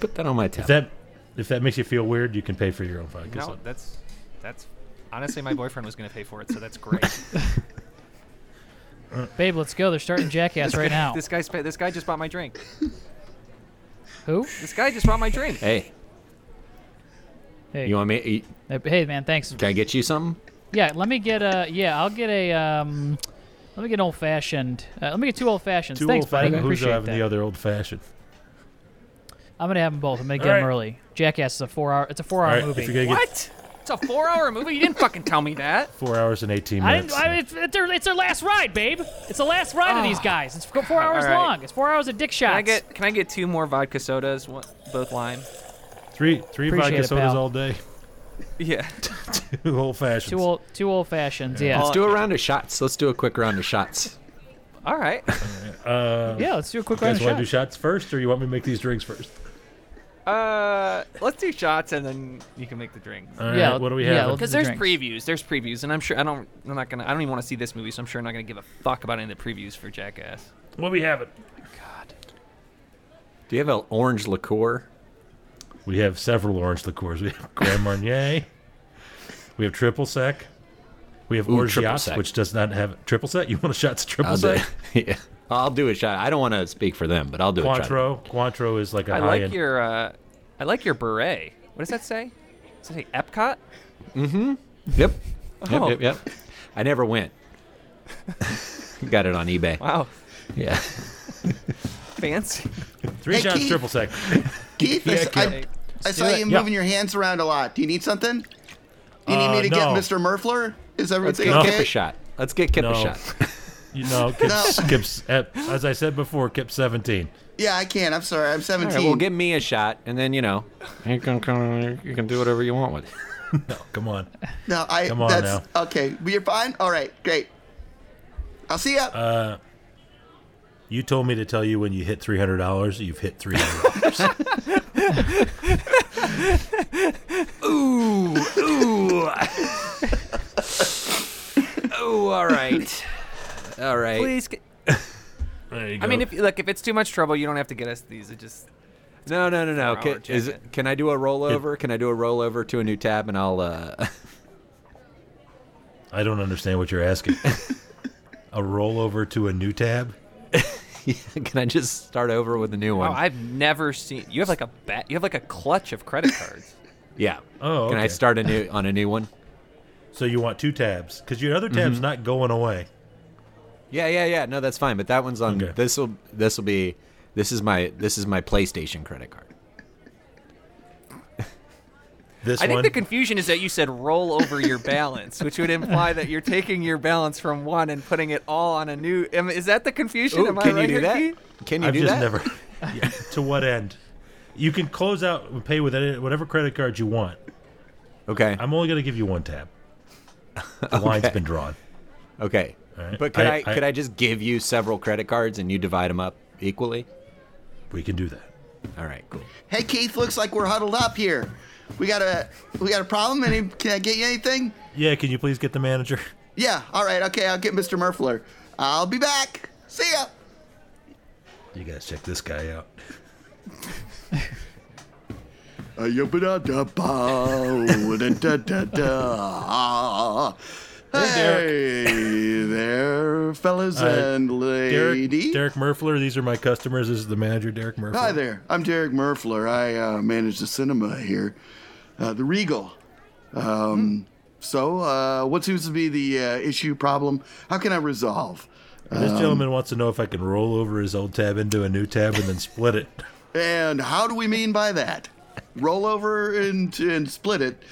Speaker 5: Put that on my
Speaker 3: If
Speaker 5: tab.
Speaker 3: that if that makes you feel weird, you can pay for your own vodka
Speaker 2: no,
Speaker 3: soda.
Speaker 2: that's that's. Honestly, my boyfriend was gonna pay for it, so that's great.
Speaker 1: Babe, let's go. They're starting Jackass right now.
Speaker 2: this guy's pa- this guy just bought my drink.
Speaker 1: Who?
Speaker 2: This guy just bought my drink.
Speaker 5: Hey,
Speaker 1: Hey,
Speaker 5: you want me?
Speaker 1: uh, hey, man, thanks.
Speaker 5: Can I get you something?
Speaker 1: Yeah, let me get a. Yeah, I'll get a. Um, let me get an old fashioned. Uh, let me get two old fashions.
Speaker 3: Two
Speaker 1: thanks,
Speaker 3: old fashioned.
Speaker 1: buddy.
Speaker 3: Who's
Speaker 1: Appreciate
Speaker 3: having
Speaker 1: that.
Speaker 3: the other old fashioned?
Speaker 1: I'm gonna have them both. I'm gonna get
Speaker 3: All
Speaker 1: them
Speaker 3: right.
Speaker 1: early. Jackass is a four hour. It's a four
Speaker 3: All
Speaker 1: hour
Speaker 3: right.
Speaker 1: movie.
Speaker 3: If you're gonna get
Speaker 2: What? It's a four-hour movie. You didn't fucking tell me that.
Speaker 3: four hours and eighteen
Speaker 1: I
Speaker 3: minutes.
Speaker 1: didn't, I, it's, it's, their, it's their last ride, babe. It's the last ride of these guys. It's four hours
Speaker 2: Ah. All right.
Speaker 1: long. It's four hours of dick shots.
Speaker 2: Can I get can I get two more vodka sodas, one, both lime?
Speaker 3: three three
Speaker 1: Appreciate
Speaker 3: vodka
Speaker 1: it,
Speaker 3: sodas
Speaker 1: pal.
Speaker 3: all day.
Speaker 2: Yeah.
Speaker 3: Two old fashions.
Speaker 1: two old two old fashions? Yeah,
Speaker 3: Uh,
Speaker 5: Let's do a round of shots. Let's do a quick round of shots.
Speaker 2: All right.
Speaker 1: yeah. Let's do a quick
Speaker 3: you
Speaker 1: round
Speaker 3: guys
Speaker 1: of
Speaker 3: want to do
Speaker 1: shots.
Speaker 3: shots first, or you want me to make these drinks first?
Speaker 2: Uh, let's do shots and then you can make the drinks.
Speaker 3: All right,
Speaker 1: Yeah,
Speaker 3: what do we
Speaker 1: yeah,
Speaker 3: have?
Speaker 1: let's-
Speaker 2: Because
Speaker 1: The
Speaker 2: there's
Speaker 1: drinks.
Speaker 2: previews, there's previews, and I'm sure I don't. I'm not gonna. I don't even want to see this movie, so I'm sure I'm not gonna give a fuck about any of the previews for Jackass.
Speaker 3: what do we have? It.
Speaker 5: Do you have an orange liqueur?
Speaker 3: We have several orange liqueurs. We have Grand Marnier. we have Triple Sec. We have
Speaker 5: Ooh,
Speaker 3: Orange
Speaker 5: Triple
Speaker 3: Yachts,
Speaker 5: Sec.
Speaker 3: which does not have Triple Sec. You want a shot to Triple
Speaker 5: I'll do
Speaker 3: Sec?
Speaker 5: it. yeah. I'll do a shot. I don't want to speak for them, but I'll do a shot.
Speaker 3: Cointreau. Cointreau is like a
Speaker 2: I
Speaker 3: high
Speaker 2: like
Speaker 3: end.
Speaker 2: your. Uh, I like your beret. What does that say? Does it say Epcot?
Speaker 5: Yep.
Speaker 2: Oh.
Speaker 5: Yep, yep, yep. I never went. Got it on eBay.
Speaker 2: Wow,
Speaker 5: Yeah.
Speaker 2: fancy.
Speaker 3: Three
Speaker 4: Hey,
Speaker 3: shots
Speaker 4: Keith.
Speaker 3: Triple Sec.
Speaker 4: Keith, I,
Speaker 3: Yeah,
Speaker 4: I, I saw
Speaker 2: do it.
Speaker 4: you
Speaker 3: Yeah.
Speaker 4: moving your hands around a lot. Do you need something? Do you need
Speaker 3: Uh,
Speaker 4: me to get
Speaker 3: no.
Speaker 4: Mr. Murfler? Is everything
Speaker 3: get
Speaker 5: Kip
Speaker 4: okay?
Speaker 5: a shot. Let's get Kip
Speaker 3: No.
Speaker 5: a shot.
Speaker 3: You know, Kip, Kip's, at- as I said before, Kip's 17.
Speaker 4: Yeah, I can. I'm sorry. I'm 17.
Speaker 5: All right, well, give me a shot, and then, you know, you can, come- you can do whatever you want with it.
Speaker 3: No, come on.
Speaker 4: no, I.
Speaker 3: Come on
Speaker 4: that's, Okay, you're fine. All right, great. I'll see ya.
Speaker 3: Uh, You told me to tell you when you hit $300, you've hit $300.
Speaker 5: Ooh. oh, all right. All right.
Speaker 2: Please. Get,
Speaker 3: there you go.
Speaker 2: I mean, if look, if it's too much trouble, you don't have to get us these. It just.
Speaker 5: No, no, no, no.
Speaker 2: Four-hour
Speaker 5: Can, is,
Speaker 2: check-in.
Speaker 5: can I do a rollover? Can I do a rollover to a new tab, and I'll. uh
Speaker 3: I don't understand what you're asking. a rollover to a new tab?
Speaker 5: Can I just start over with a new one?
Speaker 2: Wow, oh, I've never seen. You have like a bat. You have like a clutch of credit cards.
Speaker 5: yeah.
Speaker 3: Oh,
Speaker 5: Can I
Speaker 3: okay.
Speaker 5: start a new on a new one?
Speaker 3: So you want two tabs because your other tab's
Speaker 2: Mm-hmm.
Speaker 3: not going away.
Speaker 5: Yeah, yeah, yeah. No, that's fine. But that one's on.
Speaker 3: Okay.
Speaker 5: This will. This will be. This is my. This is my PlayStation credit card.
Speaker 3: This
Speaker 2: I think
Speaker 3: one,
Speaker 2: the confusion is that you said roll over your balance, which would imply that you're taking your balance from one and putting it all on a new. am- Is that the confusion?
Speaker 5: Ooh,
Speaker 2: Am I
Speaker 5: can
Speaker 2: right
Speaker 5: you do
Speaker 2: here,
Speaker 5: that?
Speaker 2: Keith?
Speaker 5: Can you
Speaker 3: I've
Speaker 5: do
Speaker 3: just
Speaker 5: that?
Speaker 3: never. Yeah, to what end? You can close out and pay with it- whatever credit card you want.
Speaker 5: Okay.
Speaker 3: I'm only going to give you one tab. The line's been drawn.
Speaker 5: okay.
Speaker 3: All right.
Speaker 5: But could I,
Speaker 3: I- I-
Speaker 5: could I just give you several credit cards and you divide them up equally?
Speaker 3: We can do that.
Speaker 5: All right. Cool.
Speaker 4: hey, Keith, looks like we're huddled up here. We got a we got a problem. Any, can I get you anything?
Speaker 3: Yeah, can you please get the manager?
Speaker 4: Yeah. All right. Okay. I'll get Mr. Murfler. I'll be back. See ya.
Speaker 3: You guys check this guy out.
Speaker 4: Hey there, fellas
Speaker 3: Uh,
Speaker 4: and
Speaker 3: Derek,
Speaker 4: lady.
Speaker 3: Derek Murfler, these are my customers. This is the manager, Derek Murfler.
Speaker 4: Hi there. I'm Derek Murfler. I uh, manage the cinema here, uh, the Regal. Um, So, uh, what seems to be the uh, issue problem? How can I resolve? Um,
Speaker 3: This gentleman wants to know if I can roll over his old tab into a new tab and then split it.
Speaker 4: And how do we mean by that? Roll over and, and split it.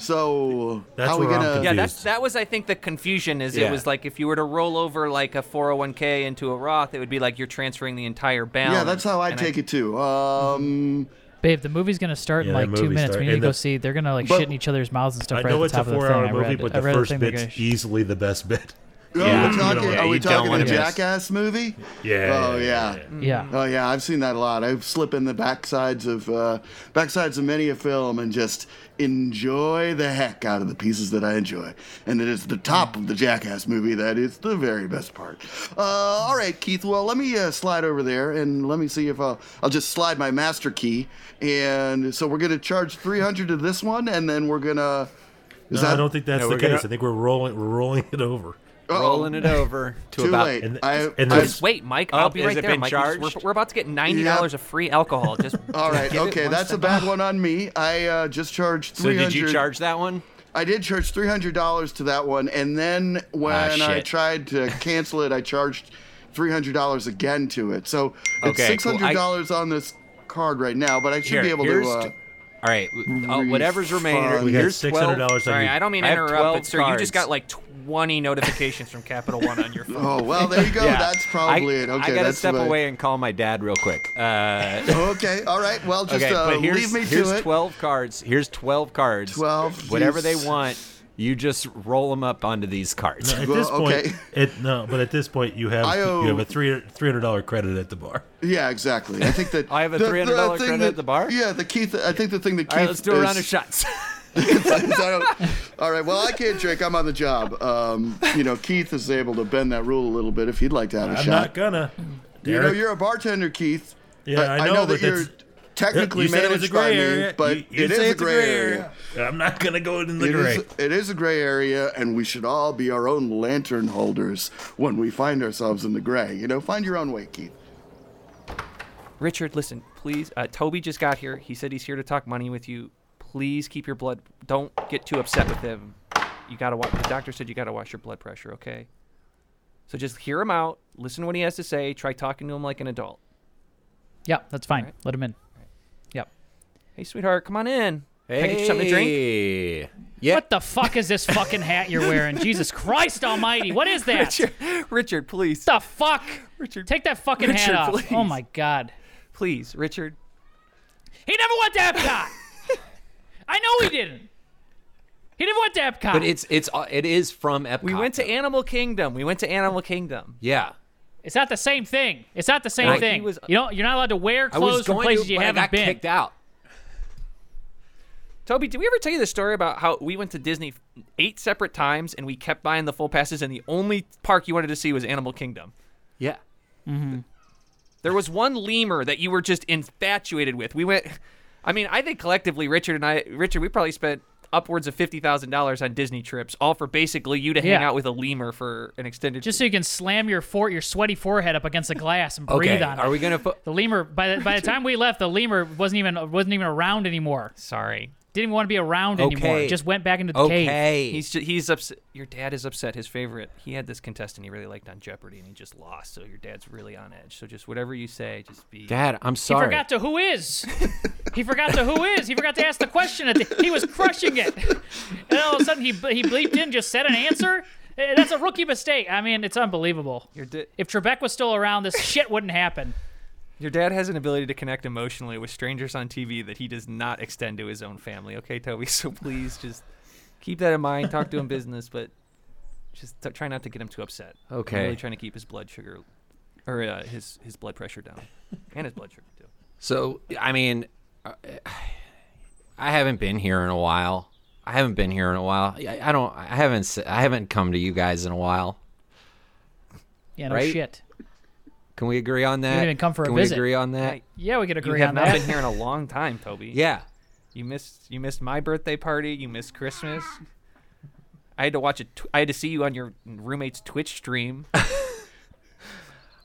Speaker 4: So,
Speaker 3: That's
Speaker 4: how are we
Speaker 3: where I'm
Speaker 4: gonna?
Speaker 3: confused.
Speaker 2: Yeah, that's that was I think the confusion is
Speaker 5: Yeah.
Speaker 2: it was like if you were to roll over like a 401k into a Roth, it would be like you're transferring the entire balance.
Speaker 4: Yeah, that's how I take it too. Um,
Speaker 1: Babe, the movie's gonna start
Speaker 3: Yeah,
Speaker 1: in
Speaker 3: that
Speaker 1: like two
Speaker 3: movie's
Speaker 1: minutes.
Speaker 3: start-
Speaker 1: We need to
Speaker 3: and
Speaker 1: go
Speaker 3: the-
Speaker 1: see. They're gonna like
Speaker 4: But-
Speaker 1: shit in each other's mouths and stuff.
Speaker 3: I
Speaker 1: right
Speaker 3: know
Speaker 1: at
Speaker 3: it's
Speaker 1: the
Speaker 3: a
Speaker 1: top of the thing.
Speaker 3: four-hour
Speaker 1: I
Speaker 3: movie,
Speaker 1: read-
Speaker 3: but
Speaker 1: I
Speaker 3: the
Speaker 1: read a
Speaker 3: first
Speaker 1: thing they're
Speaker 3: bit's
Speaker 1: gonna sh-
Speaker 3: easily the best bit.
Speaker 4: oh,
Speaker 5: Yeah.
Speaker 4: we're talking,
Speaker 5: Yeah,
Speaker 4: are we
Speaker 5: you don't
Speaker 4: talking
Speaker 5: wanna
Speaker 4: the
Speaker 5: miss.
Speaker 4: Jackass movie?
Speaker 3: Yeah.
Speaker 4: Oh yeah.
Speaker 1: Yeah.
Speaker 4: Oh yeah, I've seen that a lot. I slip in the backsides of uh, backsides of many a film and just enjoy the heck out of the pieces that I enjoy. And it is the top of the Jackass movie that is the very best part. Uh, all right, Keith. Well, let me uh, slide over there and let me see if I'll, I'll just slide my master key. And so we're gonna charge three hundred to this one, and then we're gonna. Is
Speaker 3: No, I don't think that's
Speaker 5: No,
Speaker 3: the
Speaker 5: we're
Speaker 3: case.
Speaker 5: gonna-
Speaker 3: I think we're rolling we're rolling it over.
Speaker 4: Uh-oh.
Speaker 5: Rolling it over to
Speaker 4: Too
Speaker 5: about.
Speaker 4: late.
Speaker 3: and the-
Speaker 4: I,
Speaker 3: and the-
Speaker 4: I've-
Speaker 2: Wait, Mike,
Speaker 5: Oh,
Speaker 2: I'll be
Speaker 5: has
Speaker 2: right
Speaker 5: it
Speaker 2: there,
Speaker 5: been
Speaker 2: Mike. We're-
Speaker 5: charged?
Speaker 2: We're, about to get ninety dollars of free alcohol. Just
Speaker 4: all right,
Speaker 2: give it
Speaker 4: okay,
Speaker 2: one
Speaker 4: that's a
Speaker 2: step.
Speaker 4: bad one on me. I uh, just charged
Speaker 5: So
Speaker 4: three hundred.
Speaker 5: did you charge that one?
Speaker 4: I did charge three hundred dollars to that one, and then when I
Speaker 5: Ah, shit.
Speaker 4: tried to cancel it, I charged three hundred dollars again to it. So it's
Speaker 5: Okay,
Speaker 4: six
Speaker 5: cool.
Speaker 4: hundred dollars on this card right now, but I should
Speaker 5: Here,
Speaker 4: be able
Speaker 5: here's
Speaker 4: to. Uh,
Speaker 5: t- all right, w- uh, whatever's remaining.
Speaker 4: refund.
Speaker 3: We got
Speaker 5: Here's
Speaker 3: six hundred
Speaker 5: 12
Speaker 3: dollars on
Speaker 2: Sorry,
Speaker 3: you.
Speaker 2: I don't mean
Speaker 5: I
Speaker 2: to
Speaker 5: have
Speaker 2: interrupt,
Speaker 5: 12
Speaker 2: but sir, you just
Speaker 5: cards.
Speaker 2: got like twenty notifications from Capital One on your phone.
Speaker 4: oh well, there you go.
Speaker 5: Yeah.
Speaker 4: That's probably
Speaker 5: I,
Speaker 4: it. Okay,
Speaker 5: I gotta
Speaker 4: that's
Speaker 5: step
Speaker 4: my-
Speaker 5: away and call my dad real quick. Uh,
Speaker 4: Okay, all right. Well, just
Speaker 5: okay,
Speaker 4: uh,
Speaker 5: but here's
Speaker 4: leave me
Speaker 5: here's
Speaker 4: to it.
Speaker 5: twelve cards. Here's twelve cards.
Speaker 4: 12,
Speaker 5: Whatever
Speaker 4: geez.
Speaker 5: they want, You just roll them up onto these carts.
Speaker 3: At
Speaker 4: Well,
Speaker 3: this point,
Speaker 4: okay.
Speaker 3: it no, but at this point, you have
Speaker 4: I
Speaker 3: you
Speaker 4: owe-
Speaker 3: have a three three hundred dollar credit at the bar.
Speaker 4: Yeah, exactly. I think that
Speaker 5: I have a
Speaker 4: the- the
Speaker 5: $300
Speaker 4: thing
Speaker 5: credit
Speaker 4: that-
Speaker 5: at the bar?
Speaker 4: Yeah, the Keith. I think the thing that Keith.
Speaker 5: All right, let's do a
Speaker 4: is-
Speaker 5: round of shots.
Speaker 4: I don't- all right. Well, I can't drink. I'm on the job. Um, you know, Keith is able to bend that rule a little bit if he'd like to have a
Speaker 3: I'm
Speaker 4: shot.
Speaker 3: not gonna.
Speaker 4: you know,
Speaker 3: Derek.
Speaker 4: you're a bartender, Keith.
Speaker 3: Yeah, I know, but
Speaker 4: that you're
Speaker 3: that's-
Speaker 4: technically
Speaker 3: you said it was a
Speaker 4: managed
Speaker 3: gray
Speaker 4: by
Speaker 3: area.
Speaker 4: me, but
Speaker 3: You- you
Speaker 4: it
Speaker 3: say
Speaker 4: is a
Speaker 3: it's a
Speaker 4: gray
Speaker 3: gray
Speaker 4: area.
Speaker 3: I'm not gonna go in the
Speaker 4: It
Speaker 3: gray.
Speaker 4: is, it is a gray area, and we should all be our own lantern holders when we find ourselves in the gray. You know, find your own way, Keith.
Speaker 2: Richard, listen, please. Uh, Toby just got here. He said he's here to talk money with you. Please keep your blood. Don't get too upset with him. You gotta watch. The doctor said you gotta watch your blood pressure. Okay. So just hear him out. Listen to what he has to say. Try talking to him like an adult.
Speaker 1: Yeah, that's fine. Let him in. Yep.
Speaker 2: Hey, sweetheart, come on in. Can I get you something to drink?
Speaker 5: Hey. Yeah.
Speaker 1: What the fuck is this fucking hat you're wearing? Jesus Christ Almighty! What is that?
Speaker 2: Richard, please.
Speaker 1: the fuck?
Speaker 2: Richard.
Speaker 1: Take that fucking hat
Speaker 2: Richard,
Speaker 1: off.
Speaker 2: please.
Speaker 1: Oh my god.
Speaker 2: Please, Richard.
Speaker 1: He never went to Epcot. I know he didn't. He never went to Epcot.
Speaker 5: But it's it's uh, it is from Epcot.
Speaker 2: We went to
Speaker 5: though.
Speaker 2: Animal Kingdom. We went to Animal Kingdom.
Speaker 5: yeah.
Speaker 1: It's not the same thing. It's not the same
Speaker 2: Right.
Speaker 1: thing.
Speaker 2: He was-
Speaker 1: you know, you're not allowed to wear
Speaker 5: I
Speaker 1: clothes
Speaker 5: was
Speaker 1: from
Speaker 5: going
Speaker 1: places
Speaker 5: to,
Speaker 1: you
Speaker 5: but I
Speaker 1: haven't
Speaker 5: got
Speaker 1: been.
Speaker 5: kicked out.
Speaker 2: Toby, did we ever tell you the story about how we went to Disney eight separate times and we kept buying the full passes and the only park you wanted to see was Animal Kingdom?
Speaker 5: Yeah.
Speaker 2: There was one lemur that you were just infatuated with. We went. I mean, I think collectively, Richard and I, Richard, we probably spent upwards of fifty thousand dollars on Disney trips, all for basically you to hang
Speaker 1: Yeah.
Speaker 2: out with a lemur for an extended.
Speaker 1: Just so you can slam your for- your sweaty forehead up against the glass and breathe
Speaker 5: Okay.
Speaker 1: on it.
Speaker 5: Are we gonna put?
Speaker 1: the lemur by the, by the time we left, the lemur wasn't even wasn't even around anymore.
Speaker 2: sorry,
Speaker 1: Didn't even want to be around anymore.
Speaker 5: Okay.
Speaker 1: Just went back into the cave.
Speaker 5: Okay.
Speaker 2: he's ju- he's upset. Your dad is upset. His favorite. He had this contestant he really liked on Jeopardy, and he just lost. So your dad's really on edge. So just whatever you say, just be.
Speaker 5: Dad, I'm
Speaker 1: He
Speaker 5: sorry.
Speaker 1: forgot to who is. he forgot to who is. He forgot to ask the question. At the, he was crushing it, and all of a sudden he he bleeped in, just said an answer. Eh, That's a rookie mistake. I mean, it's unbelievable.
Speaker 2: Your da-
Speaker 1: If Trebek was still around, this shit wouldn't happen.
Speaker 2: Your dad has an ability to connect emotionally with strangers on TV that he does not extend to his own family. Okay, Toby. So please just keep that in mind. Talk to him business, but just t- try not to get him too upset. I'm
Speaker 5: Okay.
Speaker 2: really trying to keep his blood sugar or uh, his his blood pressure down and his blood sugar too.
Speaker 5: So, I mean, uh, I haven't been here in a while. I haven't been here in a while. I I don't. I haven't. s- I haven't come to you guys in a while.
Speaker 1: Yeah, no
Speaker 5: Right?
Speaker 1: shit.
Speaker 5: Can we agree on that?
Speaker 1: even come for a
Speaker 5: Can
Speaker 1: visit.
Speaker 5: we agree on that?
Speaker 2: Right.
Speaker 1: Yeah, we could
Speaker 2: You
Speaker 1: agree
Speaker 2: have
Speaker 1: on
Speaker 2: not
Speaker 1: that.
Speaker 2: been here in a long time, Toby.
Speaker 5: Yeah.
Speaker 2: You missed you missed my birthday party. You missed Christmas. I had to watch it. Tw- I had to see you on your roommate's Twitch stream on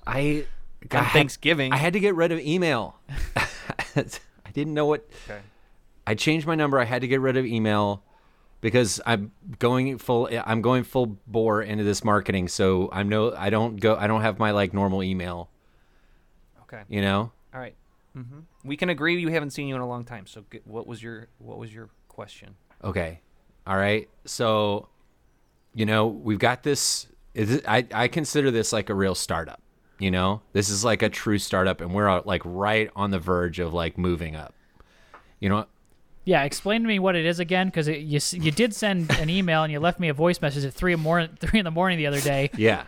Speaker 5: I. I had-
Speaker 2: Thanksgiving.
Speaker 5: I had to get rid of email. I didn't know what.
Speaker 2: Okay.
Speaker 5: I changed my number. I had to get rid of email because I'm going full. I'm going full bore into this marketing. So I'm no. I don't go. I don't have my like normal email.
Speaker 2: Okay.
Speaker 5: You know.
Speaker 2: All right. Mm-hmm. We can agree we haven't seen you in a long time. So g what was your what was your question?
Speaker 5: Okay. All right. So, you know, we've got this. Is it, I I consider this like a real startup. You know, this is like a true startup, and we're uh, like right on the verge of like moving up. You know,
Speaker 1: Yeah, explain to me what it is again, because you s- you did send an email and you left me a voice message at three more three in the morning the other day.
Speaker 5: yeah.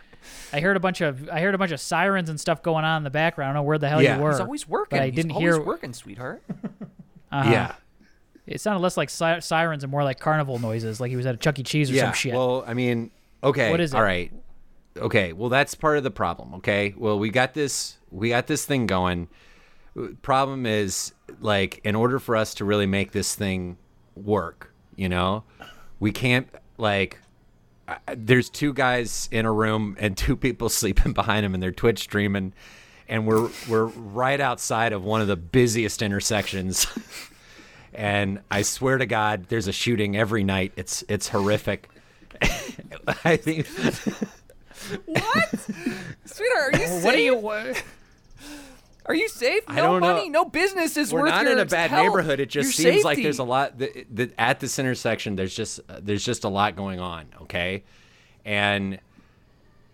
Speaker 1: I heard a bunch of I heard a bunch of sirens and stuff going on in the background. I don't know where the hell
Speaker 5: Yeah.
Speaker 1: you were.
Speaker 2: He's always working.
Speaker 1: But I
Speaker 2: He's
Speaker 1: didn't
Speaker 2: always
Speaker 1: hear.
Speaker 2: working, sweetheart.
Speaker 1: Uh-huh.
Speaker 5: Yeah.
Speaker 1: It sounded less like si- sirens and more like carnival noises, like he was at a Chuck E. Cheese or some shit.
Speaker 5: Well, I mean, okay.
Speaker 1: What is it?
Speaker 5: All right. Okay. Well, that's part of the problem. Okay. Well, we got this. We got this thing going. Problem is, like, in order for us to really make this thing work, you know, we can't like. I- There's two guys in a room and two people sleeping behind them, and they're Twitch streaming, and we're we're right outside of one of the busiest intersections and I swear to God, there's a shooting every night. It's it's horrific. I think
Speaker 2: Sweetheart, are you safe?
Speaker 1: what do you? wha-
Speaker 2: Are you safe? No
Speaker 5: don't know.
Speaker 2: money, no business is
Speaker 5: we're
Speaker 2: worth
Speaker 5: not
Speaker 2: your
Speaker 5: in a bad
Speaker 2: health,
Speaker 5: neighborhood. It just
Speaker 2: your
Speaker 5: seems like
Speaker 2: safety.
Speaker 5: there's a lot that, that at this intersection. There's just there's just a lot going on. Okay, and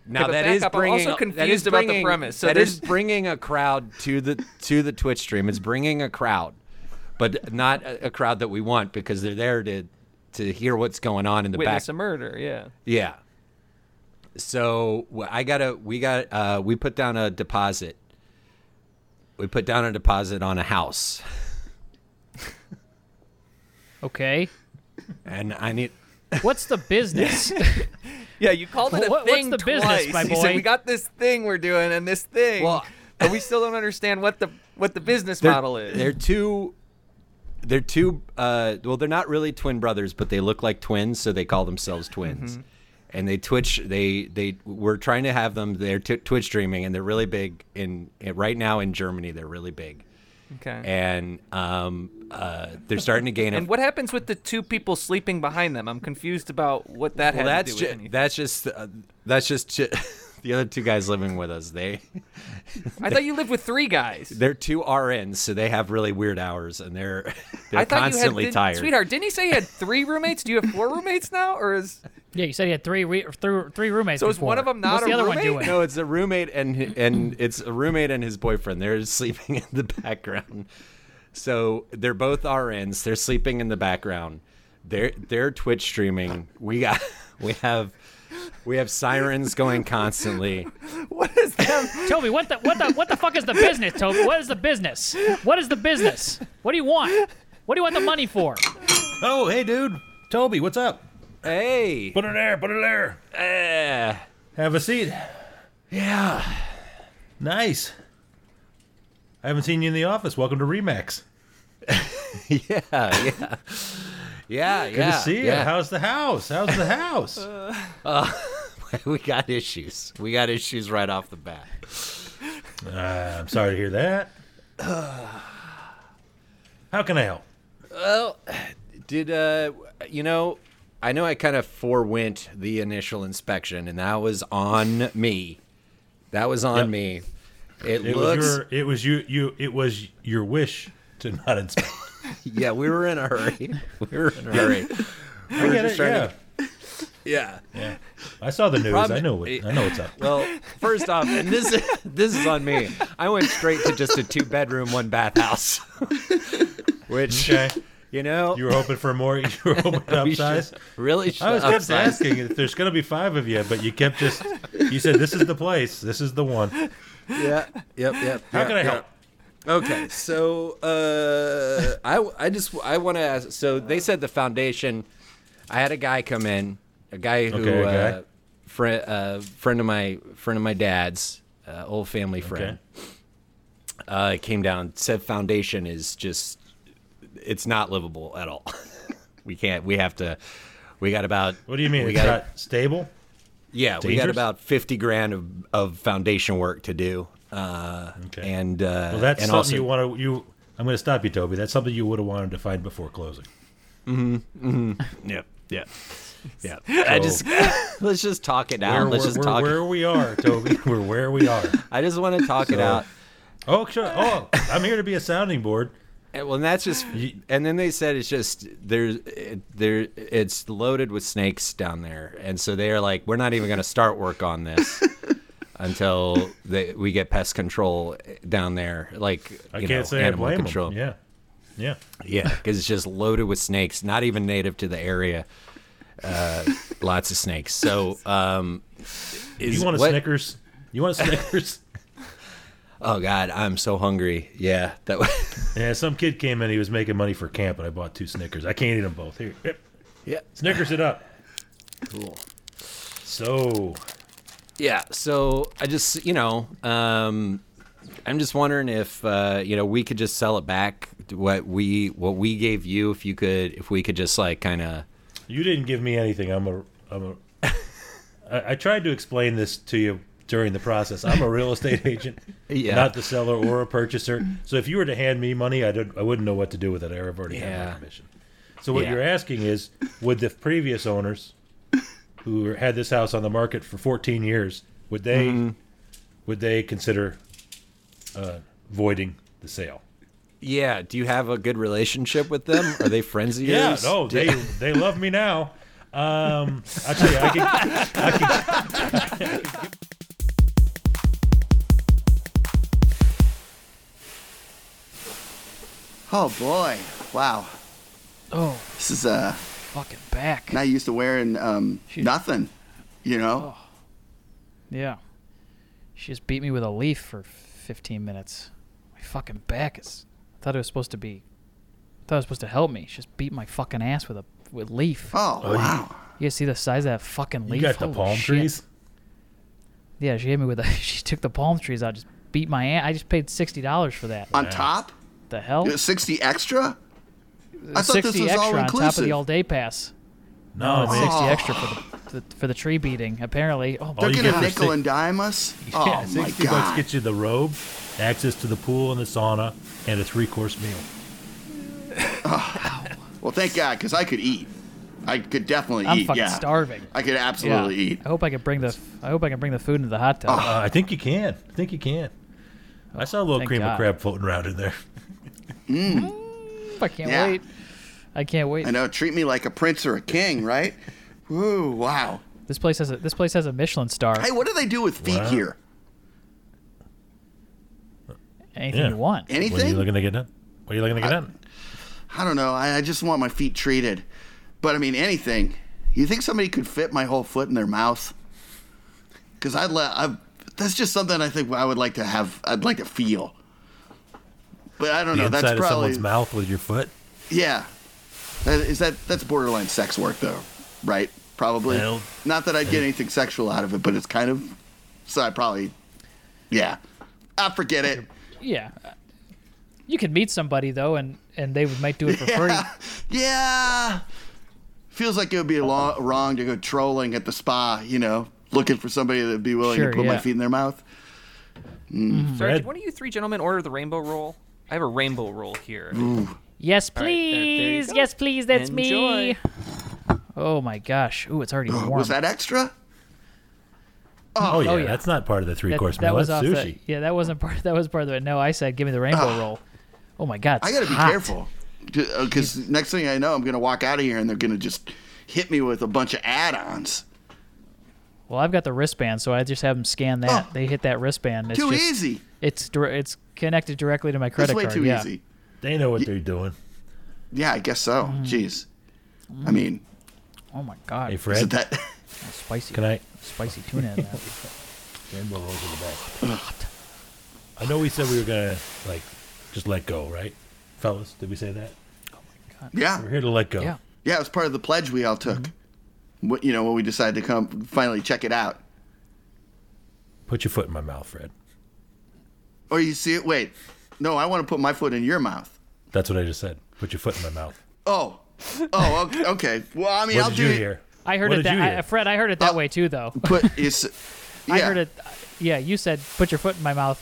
Speaker 5: now
Speaker 2: but
Speaker 5: that
Speaker 2: back
Speaker 5: is
Speaker 2: up. I'm
Speaker 5: bringing.
Speaker 2: also
Speaker 5: that is
Speaker 2: confused about the
Speaker 5: bringing-
Speaker 2: premise. So
Speaker 5: that is
Speaker 2: there's-
Speaker 5: bringing a crowd to the to the Twitch stream. It's bringing a crowd, but not a, a crowd that we want because they're there to to hear what's going on in the back.
Speaker 2: Witness a murder. Yeah.
Speaker 5: Yeah. So wh- I gotta, we got, uh, we put down a deposit. We put down a deposit on a house,
Speaker 1: Okay.
Speaker 5: and I need.
Speaker 1: What's the business?
Speaker 2: Yeah, you called it a
Speaker 1: What- what's
Speaker 2: thing
Speaker 1: the business,
Speaker 2: twice.
Speaker 1: my
Speaker 2: You said
Speaker 1: boy?
Speaker 2: we got this thing we're doing and this thing,
Speaker 5: Well-
Speaker 2: and we still don't understand what the what the business model is.
Speaker 5: They're two. They're two. Uh, well, they're not really twin brothers, but they look like twins, so they call themselves twins. And they Twitch. They they we're trying to have them. They're t- Twitch streaming, and they're really big in right now in Germany. They're really big,
Speaker 2: okay. And,
Speaker 5: and um, uh, they're starting to gain. a
Speaker 2: what happens with the two people sleeping behind them? I'm confused about what that
Speaker 5: well,
Speaker 2: had
Speaker 5: that's
Speaker 2: to do with
Speaker 5: ju-
Speaker 2: anything.
Speaker 5: that's just uh, that's just ju- the other two guys living with us. They
Speaker 2: I thought you lived with three guys.
Speaker 5: they're two RNs, so they have really weird hours, and they're they're
Speaker 2: I thought
Speaker 5: constantly
Speaker 2: you had, did-
Speaker 5: tired.
Speaker 2: sweetheart. Didn't he say he had three roommates? Do you have four roommates now, or is
Speaker 1: yeah, you said he had three re- three, three roommates.
Speaker 2: So is one
Speaker 1: before.
Speaker 2: of 'em not
Speaker 1: What's the
Speaker 2: a
Speaker 1: other one
Speaker 2: roommate?
Speaker 1: doing?
Speaker 5: No, it's a roommate and hi- and it's a roommate and his boyfriend. They're sleeping in the background. So they're both RNs. They're sleeping in the background. They're they're Twitch streaming. We got we have we have sirens going constantly.
Speaker 2: what is that?
Speaker 1: Toby, what the what the what the fuck is the business, Toby? What is the business? What is the business? What do you want? What do you want the money for?
Speaker 3: Oh, hey, dude. Toby, what's up?
Speaker 5: Hey,
Speaker 3: Put it there. Put it there.
Speaker 5: eh,
Speaker 3: Have a seat.
Speaker 5: yeah.
Speaker 3: Nice. I haven't seen you in the office. Welcome to Remax.
Speaker 5: yeah, yeah, yeah,
Speaker 3: Good to see you. How's the house? How's the house?
Speaker 5: we got issues. We got issues right off the bat.
Speaker 3: Uh, I'm sorry to hear that. How can I help?
Speaker 5: Did uh, you know? I know I kind of forewent the initial inspection, and that was on me. That was on me. It,
Speaker 3: It
Speaker 5: looks.
Speaker 3: was your. It was you. You. It was your wish to not inspect.
Speaker 5: Yeah, we were in a hurry. We were in a hurry.
Speaker 3: I get it.
Speaker 5: trying
Speaker 3: Yeah.
Speaker 5: to- yeah.
Speaker 3: I saw the news.
Speaker 5: Problem-
Speaker 3: I know what. I know what's up.
Speaker 5: Well, first off, and this this is on me. I went straight to just a two bedroom, one bath house, which
Speaker 3: Okay.
Speaker 5: you know
Speaker 3: You were hoping for more. You were hoping to
Speaker 5: we should-
Speaker 3: upsize.
Speaker 5: really should
Speaker 3: I was kept
Speaker 5: upsize.
Speaker 3: asking if there's going to be five of you, but you kept just. You said this is the place. This is the one. How
Speaker 5: Yeah. Yep. Yep. yeah,
Speaker 3: can I help?
Speaker 5: Okay, so uh, I I just I want to ask. So they said the foundation. I had a guy come in, a guy who
Speaker 3: Okay, okay.
Speaker 5: Uh, friend uh, friend of my friend of my dad's uh, old family friend. Uh, came down said foundation is just it's not livable at all. we can't. We have to. We got about.
Speaker 3: What do you mean?
Speaker 5: We
Speaker 3: it's
Speaker 5: got
Speaker 3: not stable.
Speaker 5: yeah, we got
Speaker 3: dangerous?
Speaker 5: about fifty grand of, of foundation work to do. Uh,
Speaker 3: Okay.
Speaker 5: And uh,
Speaker 3: Well, that's
Speaker 5: and
Speaker 3: something
Speaker 5: also,
Speaker 3: you want to. You. I'm going to stop you, Toby. That's something you would have wanted to find before closing.
Speaker 5: Yeah, yeah, yeah. I just let's just talk it out.
Speaker 3: We're,
Speaker 5: let's
Speaker 3: we're-
Speaker 5: just
Speaker 3: we're
Speaker 5: talk.
Speaker 3: where we are, Toby. we're where we are.
Speaker 5: I just want to talk it
Speaker 3: So-
Speaker 5: out.
Speaker 3: Oh, sure. Oh, I'm here to be a sounding board.
Speaker 5: And, Eh, well, and that's just. And then they said it's just there's it, there it's loaded with snakes down there, and so they are like, we're not even going to start work on this until they, we get pest control eh, down there. Like
Speaker 3: I
Speaker 5: you
Speaker 3: can't
Speaker 5: know,
Speaker 3: say I
Speaker 5: animal
Speaker 3: blame 'em.
Speaker 5: control.
Speaker 3: Yeah, yeah.
Speaker 5: Yeah, because it's just loaded with snakes, not even native to the area. Uh, lots of snakes. So, um, is,
Speaker 3: You want a
Speaker 5: what-
Speaker 3: Snickers? You want a Snickers?
Speaker 5: Oh God, I'm so hungry. Yeah, that was.
Speaker 3: yeah. Some kid came in. He was making money for camp, and I bought two Snickers. I can't eat them both. Here, yep.
Speaker 5: yeah,
Speaker 3: Snickers it up.
Speaker 5: cool.
Speaker 3: So
Speaker 5: Yeah, so I just you know, um, I'm just wondering if uh, you know we could just sell it back to what we what we gave you. If you could, if we could just like kind of
Speaker 3: you didn't give me anything. I'm a. I'm a. I, I tried to explain this to you during the process. I'm a real estate agent,
Speaker 5: Yeah.
Speaker 3: not the seller or a purchaser. So if you were to hand me money, I don't. I wouldn't know what to do with it. I've already had
Speaker 5: Yeah.
Speaker 3: my commission. So what
Speaker 5: Yeah.
Speaker 3: you're asking is, would the previous owners, who had this house on the market for 14 years, would they,
Speaker 5: Mm-hmm.
Speaker 3: would they consider, uh, voiding the sale?
Speaker 5: yeah. Do you have a good relationship with them? Are they friends of
Speaker 3: Yeah,
Speaker 5: yours?
Speaker 3: no,
Speaker 5: Do-
Speaker 3: they they love me now. Um, I tell you, I can, I can
Speaker 4: Oh boy! Wow,
Speaker 1: Oh,
Speaker 4: Oh, this is uh,
Speaker 1: fucking back.
Speaker 4: Not used to wearing um, nothing, you know.
Speaker 1: Yeah. She just beat me with a leaf for 15 minutes. My fucking back is. I thought it was supposed to be. I thought it was supposed to help me. She just beat my fucking ass with a with leaf.
Speaker 4: Oh, wow!
Speaker 1: You guys see the size of that fucking
Speaker 3: You
Speaker 1: leaf?
Speaker 3: got the
Speaker 1: Holy
Speaker 3: palm
Speaker 1: shit.
Speaker 3: trees.
Speaker 1: Yeah, she hit me with a. She took the palm trees out, just beat my ass. I just paid sixty dollars for that.
Speaker 4: On top,
Speaker 1: the hell?
Speaker 4: You know, sixty extra. I thought this
Speaker 1: sixty
Speaker 4: was
Speaker 1: extra
Speaker 4: all
Speaker 1: on top of
Speaker 4: inclusive.
Speaker 1: the all day pass.
Speaker 3: No,
Speaker 1: It's
Speaker 3: man.
Speaker 1: sixty
Speaker 4: Oh.
Speaker 1: extra for the, the for the tree beating. Apparently, oh my
Speaker 4: They're
Speaker 3: you
Speaker 4: gonna
Speaker 3: get for
Speaker 4: nickel
Speaker 3: six-
Speaker 4: and dime us. Oh my
Speaker 3: sixty bucks
Speaker 4: god!
Speaker 3: gets you the robe, access to the pool and the sauna, and a three-course meal.
Speaker 4: well, thank God, because I could eat. I could definitely
Speaker 1: I'm
Speaker 4: eat.
Speaker 1: fucking
Speaker 4: yeah,
Speaker 1: starving.
Speaker 4: I could
Speaker 1: Yeah.
Speaker 4: absolutely eat. Ah,
Speaker 1: I hope I can bring the I hope I can bring the food into the hot tub.
Speaker 3: Uh, I think you can. I think you can. I saw a little
Speaker 1: thank
Speaker 3: cream
Speaker 1: God.
Speaker 3: of crab floating around in there.
Speaker 1: I can't
Speaker 4: yeah.
Speaker 1: wait. I can't wait.
Speaker 4: I know. Treat me like a prince or a king, right? Woo! Wow.
Speaker 1: This place has a this place has a Michelin star.
Speaker 4: Hey, what do they do with feet
Speaker 3: Wow.
Speaker 4: here?
Speaker 1: Anything
Speaker 3: Yeah.
Speaker 1: you want.
Speaker 3: What are you
Speaker 4: Anything? Uh,
Speaker 3: looking to get done? What are you looking to get done?
Speaker 4: I don't know. I, I just want my feet treated. But I mean, anything. You think somebody could fit my whole foot in their mouth? Because I'd let. I, that's just something I think I would like to have. I'd like to feel. But I don't
Speaker 3: The
Speaker 4: know.
Speaker 3: inside
Speaker 4: That's
Speaker 3: of
Speaker 4: probably
Speaker 3: someone's mouth with your foot.
Speaker 4: yeah. That, is that that's borderline sex work though, right? Probably.
Speaker 3: Well,
Speaker 4: Not that I'd get anything sexual out of it, but it's kind of. So I probably. Yeah. I forget it.
Speaker 1: Yeah. You could meet somebody though, and and they would might do it for free.
Speaker 4: Yeah. Feels like it would be lo- wrong to go trolling at the spa, you know, looking for somebody that'd be willing
Speaker 1: Sure,
Speaker 4: to put my
Speaker 1: yeah.
Speaker 4: feet in their mouth.
Speaker 2: Sorry,
Speaker 3: Fred?
Speaker 2: did one of you three gentlemen order the rainbow roll? I have a rainbow roll here.
Speaker 1: Yes,
Speaker 2: right, there- there you
Speaker 1: please.
Speaker 2: go.
Speaker 1: yes, please. That's me.
Speaker 2: Enjoy.
Speaker 1: Oh my gosh. Ooh, it's already warm.
Speaker 4: Uh, Was that extra?
Speaker 3: Oh, yeah,
Speaker 1: yeah.
Speaker 3: that's not part of the
Speaker 1: That-
Speaker 3: three-course
Speaker 1: that
Speaker 3: meal.
Speaker 1: was
Speaker 3: that's
Speaker 1: off
Speaker 3: sushi.
Speaker 1: The, yeah, that wasn't part. That was part of it. No, I said, give me the rainbow roll. Oh my god.
Speaker 4: I
Speaker 1: it's
Speaker 4: got to be
Speaker 1: hot.
Speaker 4: careful. Because next thing I know, I'm going to walk out of here and they're going to just hit me with a bunch of add ons.
Speaker 1: Well, I've got the wristband, so I just have them scan that.
Speaker 4: Oh.
Speaker 1: They hit that wristband. It's
Speaker 4: Too
Speaker 1: just,
Speaker 4: easy.
Speaker 1: It's dir- it's connected directly to my
Speaker 4: That's
Speaker 1: credit
Speaker 4: way
Speaker 1: card.
Speaker 4: too
Speaker 1: yeah.
Speaker 4: easy.
Speaker 3: They know what they're doing.
Speaker 4: Yeah, I guess so.
Speaker 1: Mm.
Speaker 4: Jeez. I mean,
Speaker 1: Oh my god.
Speaker 3: Hey,
Speaker 4: is it
Speaker 3: Fred,
Speaker 4: that.
Speaker 1: spicy.
Speaker 3: can I?
Speaker 1: Spicy tuna in that.
Speaker 3: Rainbow rolls in the back. I know we said we were gonna like just let go, right, fellas? Did we say that?
Speaker 4: yeah.
Speaker 3: We're here to let go.
Speaker 1: Yeah.
Speaker 4: Yeah, it was part of the pledge we all took.
Speaker 1: Mm-hmm.
Speaker 4: What, you know, when we decided to come finally check it out.
Speaker 3: Put your foot in my mouth, Fred.
Speaker 4: Or Oh, you see it. Wait, no, I want to put my foot in your mouth.
Speaker 3: That's what I just said. Put your foot in my mouth.
Speaker 4: Oh, oh, okay. okay. Well, I mean,
Speaker 3: What
Speaker 4: I'll
Speaker 3: did
Speaker 4: do
Speaker 3: you
Speaker 4: it.
Speaker 3: hear?
Speaker 1: I heard
Speaker 3: What
Speaker 1: it
Speaker 3: did
Speaker 1: that
Speaker 3: you
Speaker 1: I-
Speaker 3: hear?
Speaker 1: Fred. I heard it that
Speaker 4: Uh,
Speaker 1: way too, though.
Speaker 4: Put it's. Yeah.
Speaker 1: I heard it. Yeah, you said put your foot in my mouth,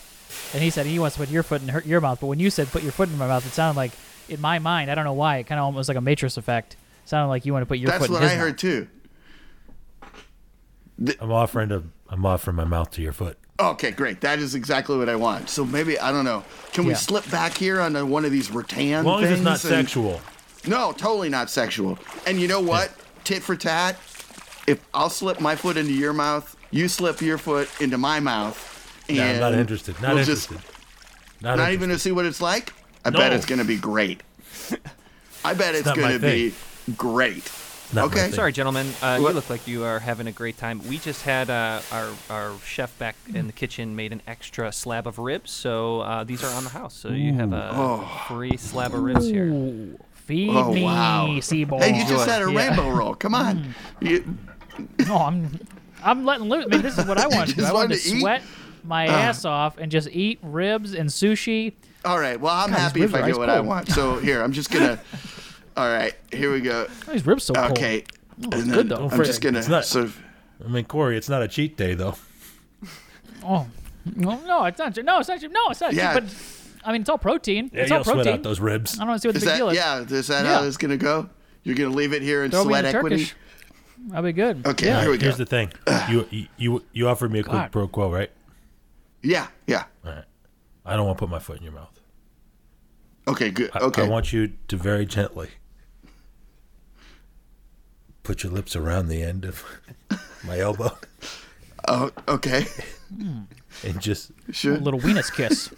Speaker 1: and he said he wants to put your foot in her, your mouth. But when you said put your foot in my mouth, it sounded like in my mind, I don't know why, it kind of almost like a matrix effect. Sounded like you want to put your
Speaker 4: That's
Speaker 1: foot
Speaker 4: what
Speaker 1: in
Speaker 4: I
Speaker 1: his mouth.
Speaker 4: heard too.
Speaker 3: I'm offering to. I'm offering my mouth to your foot.
Speaker 4: Okay, great. That is exactly what I want. So maybe I don't know. Can we
Speaker 1: Yeah.
Speaker 4: slip back here on one of these rattan
Speaker 3: As long as
Speaker 4: things?
Speaker 3: it's not
Speaker 4: and-
Speaker 3: sexual.
Speaker 4: No, totally not sexual. And you know what? Tit for tat. If I'll slip my foot into your mouth, you slip your foot into my mouth. And
Speaker 3: No, I'm not interested. Not
Speaker 4: we'll just-
Speaker 3: interested. not,
Speaker 4: not
Speaker 3: interested.
Speaker 4: even to see what it's like. I
Speaker 3: No.
Speaker 4: bet it's going to be great. I bet it's,
Speaker 3: not my
Speaker 4: going to be great.
Speaker 3: Not my
Speaker 4: okay,
Speaker 3: thing.
Speaker 2: Sorry, gentlemen. Uh, you
Speaker 4: What?
Speaker 2: look like you are having a great time. We just had uh, our our chef back in the kitchen made an extra slab of ribs, so uh, these are on the house. So you have a
Speaker 5: Oh.
Speaker 2: free slab of ribs here.
Speaker 1: Ooh, feed
Speaker 4: Oh,
Speaker 1: me,
Speaker 4: wow.
Speaker 1: Seaboard.
Speaker 4: Hey, you just had
Speaker 1: Yeah.
Speaker 4: a
Speaker 1: Mm.
Speaker 4: rainbow roll. Come on. You-
Speaker 1: No, I'm, I'm letting loose. I mean, this is what I wanted to do.
Speaker 4: just
Speaker 1: I wanted
Speaker 4: wanted
Speaker 1: to
Speaker 4: to eat? Uh.
Speaker 1: sweat my ass off and just eat ribs and sushi.
Speaker 4: all right. Well, I'm
Speaker 1: these
Speaker 4: happy
Speaker 1: ribs
Speaker 4: if I
Speaker 1: are
Speaker 4: get
Speaker 1: ice
Speaker 4: what I
Speaker 1: cold.
Speaker 4: want. So here, I'm just gonna. all right, here we go.
Speaker 1: Oh, these ribs so cold. Oh,
Speaker 4: Okay, and
Speaker 1: good
Speaker 4: then
Speaker 1: though.
Speaker 4: I'm just gonna.
Speaker 3: It's not-
Speaker 4: So,
Speaker 3: I mean, Corey, it's not a cheat day though.
Speaker 1: Oh, no, no, it's not. No, it's not. No, it's not.
Speaker 4: Yeah.
Speaker 1: But I mean, it's all protein.
Speaker 3: Yeah,
Speaker 1: it's all
Speaker 3: you'll sweat
Speaker 1: protein.
Speaker 3: out those ribs.
Speaker 1: I don't see what the
Speaker 4: is
Speaker 1: big deal
Speaker 4: that
Speaker 1: is.
Speaker 4: yeah? Is that how
Speaker 1: Yeah.
Speaker 4: it's gonna go? You're gonna leave it here in
Speaker 1: Throw me
Speaker 4: sweat
Speaker 1: in
Speaker 4: equity.
Speaker 1: Turkish. I'll be good.
Speaker 4: Okay,
Speaker 1: Yeah.
Speaker 4: here we go.
Speaker 3: Here's the thing. You you you offered me a quick
Speaker 1: God.
Speaker 3: pro quo, right?
Speaker 4: yeah, yeah.
Speaker 3: All right. I don't want to put my foot in your mouth.
Speaker 4: Okay, good.
Speaker 3: I-
Speaker 4: Okay.
Speaker 3: I want you to very gently put your lips around the end of my elbow
Speaker 4: oh, okay.
Speaker 3: and just
Speaker 4: Sure.
Speaker 1: Little weenus kiss.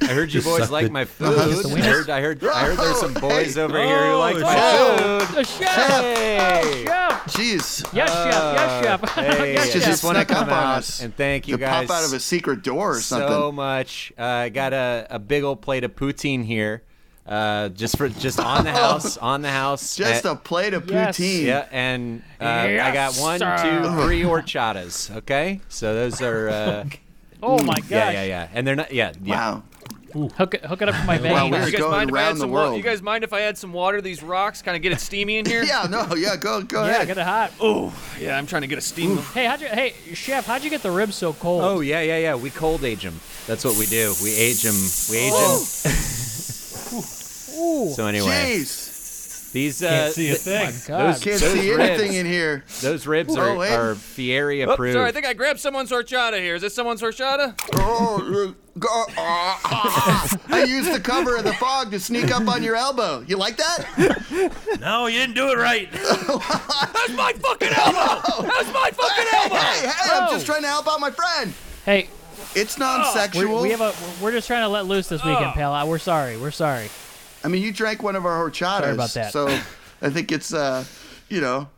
Speaker 5: I heard you
Speaker 3: Just
Speaker 5: boys
Speaker 3: suck
Speaker 5: like
Speaker 3: the-
Speaker 5: my food. I heard, I heard, I heard there's some boys over here who like my
Speaker 4: Oh,
Speaker 5: food.
Speaker 1: A chef!
Speaker 5: Hey.
Speaker 1: Chef! Uh,
Speaker 4: Jeez.
Speaker 1: Yes, chef! Yes, chef!
Speaker 5: Hey,
Speaker 1: yes,
Speaker 5: it's
Speaker 4: Just
Speaker 1: chef!
Speaker 5: Yes.
Speaker 4: snuck up on
Speaker 5: Out
Speaker 4: us.
Speaker 5: and thank you
Speaker 4: to
Speaker 5: guys
Speaker 4: pop out of a secret door or something.
Speaker 5: so much. Uh, I got a, a big old plate of poutine here, uh, just for just on the house, on the house.
Speaker 4: Just
Speaker 5: Uh,
Speaker 4: a plate of
Speaker 1: Yes.
Speaker 4: poutine.
Speaker 5: yeah, and uh, I got
Speaker 1: Yes,
Speaker 5: one,
Speaker 1: sir.
Speaker 5: two, three horchatas. Okay, so those are uh,
Speaker 1: Oh my gosh!
Speaker 5: yeah, yeah, yeah, and they're not yeah, yeah.
Speaker 4: Wow.
Speaker 1: Hook it, hook it up for my
Speaker 4: Wow,
Speaker 1: veins.
Speaker 4: we're
Speaker 2: you guys
Speaker 4: going
Speaker 2: mind if I
Speaker 4: around
Speaker 2: add
Speaker 4: the
Speaker 2: some
Speaker 4: world.
Speaker 2: water? You guys mind if I add some water to these rocks? Kind of get it steamy in here.
Speaker 4: Yeah, no, yeah, go go
Speaker 1: yeah,
Speaker 4: ahead.
Speaker 1: get it hot.
Speaker 2: Oh, yeah. I'm trying to get a steam.
Speaker 1: Hey, how'd you? Hey, chef, how'd you get the ribs so cold?
Speaker 5: Oh yeah, yeah, yeah. We cold age them. That's what we do. We age them. We age them.
Speaker 1: Ooh,
Speaker 5: So anyway,
Speaker 4: Jeez.
Speaker 5: these uh,
Speaker 3: Can't see a
Speaker 5: th-
Speaker 3: thing.
Speaker 1: God.
Speaker 5: those-
Speaker 4: Can't
Speaker 5: those
Speaker 4: see
Speaker 5: ribs-
Speaker 4: anything in here.
Speaker 5: Those ribs are,
Speaker 4: Oh, hey.
Speaker 5: are Fieri
Speaker 2: Oh,
Speaker 5: approved.
Speaker 2: sorry, I think I grabbed someone's horchata here. Is this someone's horchata?
Speaker 4: Oh, uh, go- ah, ah. I used the cover of the fog to sneak up on your elbow. You like that?
Speaker 3: No, you didn't do it right.
Speaker 2: That's my fucking elbow. That's my fucking
Speaker 4: Hey,
Speaker 2: elbow.
Speaker 4: hey,
Speaker 1: Oh.
Speaker 4: I'm just trying to help out my friend.
Speaker 1: hey,
Speaker 4: It's
Speaker 1: we,
Speaker 4: non-sexual.
Speaker 1: we have a. We're just trying to let loose this weekend, pal. I- We're sorry. We're sorry.
Speaker 4: I mean, you drank one of our horchatas.
Speaker 1: Sorry about that.
Speaker 4: So I think it's, uh, you know.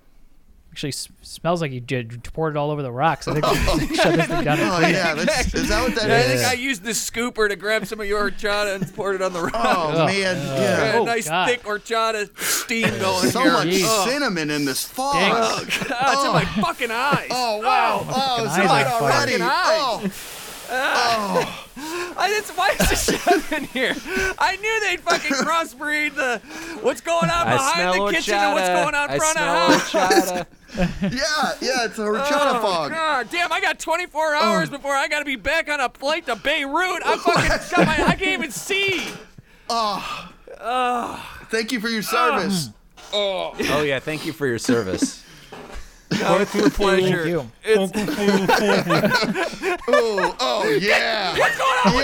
Speaker 1: Actually, s- smells like you did, poured it all over the rocks. I think we should shut this thing down.
Speaker 4: Oh, yeah. That's, is that what that
Speaker 2: I
Speaker 4: is?
Speaker 2: think I used this scooper to grab some of your horchata and poured it on the rock.
Speaker 4: Oh,
Speaker 1: Oh.
Speaker 4: man.
Speaker 2: I
Speaker 4: yeah.
Speaker 2: had a
Speaker 1: Oh,
Speaker 2: nice
Speaker 1: God.
Speaker 2: thick horchata steam going
Speaker 4: So
Speaker 2: here.
Speaker 4: much
Speaker 1: Jeez.
Speaker 4: cinnamon in this fog.
Speaker 1: Dang.
Speaker 4: Oh,
Speaker 2: Ah, it's in my fucking eyes.
Speaker 4: wow. Oh, it's
Speaker 1: eyes
Speaker 4: hot
Speaker 1: are on
Speaker 4: already.
Speaker 2: fire.
Speaker 4: Oh,
Speaker 2: I, it's, why is this chef in here? I knew they'd fucking crossbreed the what's going on
Speaker 5: I
Speaker 2: behind
Speaker 5: smell
Speaker 2: the kitchen and what's
Speaker 5: horchata.
Speaker 2: going on
Speaker 5: I
Speaker 2: front of
Speaker 5: smell
Speaker 2: house.
Speaker 5: horchata.
Speaker 4: yeah, yeah, it's a horchata fog.
Speaker 2: Oh, God Ah, damn! I got 24 hours
Speaker 4: Oh.
Speaker 2: before I gotta be back on a flight to Beirut. I fucking got my, I can't even see.
Speaker 4: Thank you for your service.
Speaker 5: Oh yeah, thank you for your service.
Speaker 2: it's a pleasure.
Speaker 1: Thank you.
Speaker 4: Oh, oh yeah.
Speaker 2: What's going on?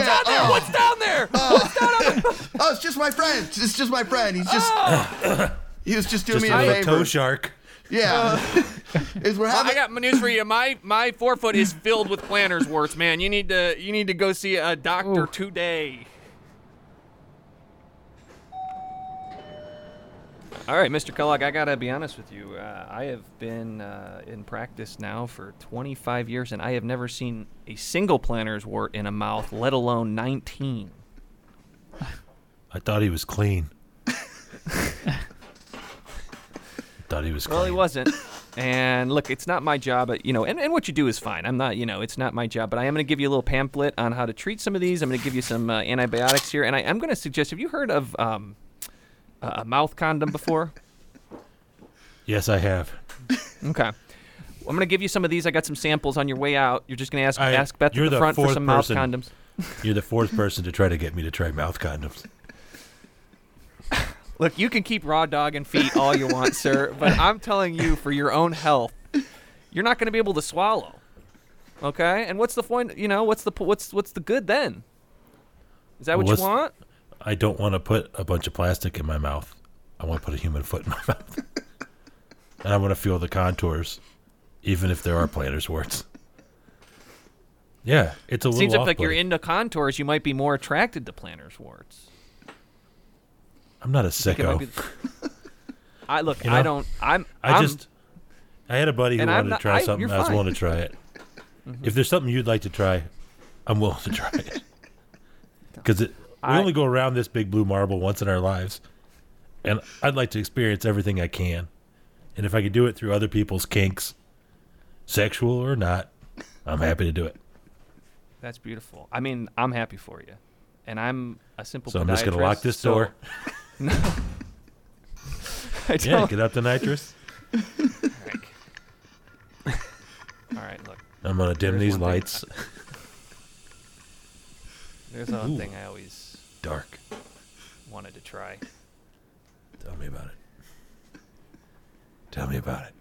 Speaker 2: What's
Speaker 4: Yeah,
Speaker 2: down there?
Speaker 4: oh.
Speaker 2: What's down there?
Speaker 4: Oh, it's just my friend. It's just my friend. He's just
Speaker 2: Oh.
Speaker 4: he was just doing
Speaker 3: Just
Speaker 4: me a
Speaker 3: another
Speaker 4: favor.
Speaker 3: toe shark.
Speaker 4: Yeah. Is we're
Speaker 2: Oh. I
Speaker 4: having
Speaker 2: got news for you. My my forefoot is filled with planner's warts, man. You need to you need to go see a doctor
Speaker 1: Ooh.
Speaker 2: today. All right, Mr. Kellogg, I gotta be honest with you. Uh, I have been uh, in practice now for 25 years, and I have never seen a single planner's wart in a mouth, let alone 19.
Speaker 3: I thought he was clean. thought he was clean.
Speaker 2: Well, he wasn't. And look, it's not my job, but, you know, and, and what you do is fine. I'm not, you know, it's not my job, but I am going to give you a little pamphlet on how to treat some of these. I'm going to give you some uh, antibiotics here. And I, I'm going to suggest have you heard of um, a a mouth condom before?
Speaker 3: Yes, I have.
Speaker 2: okay. Well, I'm going to give you some of these. I got some samples on your way out. You're just going to ask,
Speaker 3: I-
Speaker 2: ask Beth at
Speaker 3: you're
Speaker 2: the
Speaker 3: the
Speaker 2: front for
Speaker 3: fourth
Speaker 2: some
Speaker 3: person.
Speaker 2: mouth condoms.
Speaker 3: You're the fourth person to try to get me to try mouth condoms.
Speaker 2: Look, you can keep raw dog and feet all you want, sir, but I'm telling you for your own health, you're not going to be able to swallow. Okay? And what's the point, you know, what's the po- what's what's the good then? Is that what
Speaker 3: What's-
Speaker 2: you want?
Speaker 3: I don't want to put a bunch of plastic in my mouth. I want to put a human foot in my mouth. and I want to feel the contours, even if there are planter's warts. Yeah, it's a
Speaker 2: Seems
Speaker 3: little
Speaker 2: like you're
Speaker 3: off-putting.
Speaker 2: into contours, you might be more attracted to planner's warts.
Speaker 3: I'm not a
Speaker 2: Think it might
Speaker 3: sicko.
Speaker 2: be- I look,
Speaker 3: You
Speaker 2: I
Speaker 3: know,
Speaker 2: don't I'm
Speaker 3: I
Speaker 2: I'm-
Speaker 3: just, I had a buddy who
Speaker 2: and I'm
Speaker 3: wanted
Speaker 2: not-
Speaker 3: to try
Speaker 2: I-
Speaker 3: something.
Speaker 2: you're
Speaker 3: I was
Speaker 2: fine.
Speaker 3: willing to try it. If there's something you'd like to try, I'm willing to try it. Because we
Speaker 2: I-
Speaker 3: only go around this big blue marble once in our lives, and I'd like to experience everything I can. And if I could do it through other people's kinks, sexual or not, I'm happy to do it.
Speaker 2: that's beautiful. I mean, I'm happy for you. And I'm a simple
Speaker 3: So I'm just gonna lock
Speaker 2: podiatrist,
Speaker 3: this
Speaker 2: so
Speaker 3: door.
Speaker 2: I
Speaker 3: Yeah,
Speaker 2: don't-
Speaker 3: get out the nitrous.
Speaker 2: All right, look.
Speaker 3: I'm gonna dim
Speaker 2: There's
Speaker 3: these
Speaker 2: one thing-
Speaker 3: lights.
Speaker 2: There's one
Speaker 3: Ooh.
Speaker 2: thing I always
Speaker 3: Dark.
Speaker 2: wanted to try.
Speaker 3: Tell me about it. Tell me about it.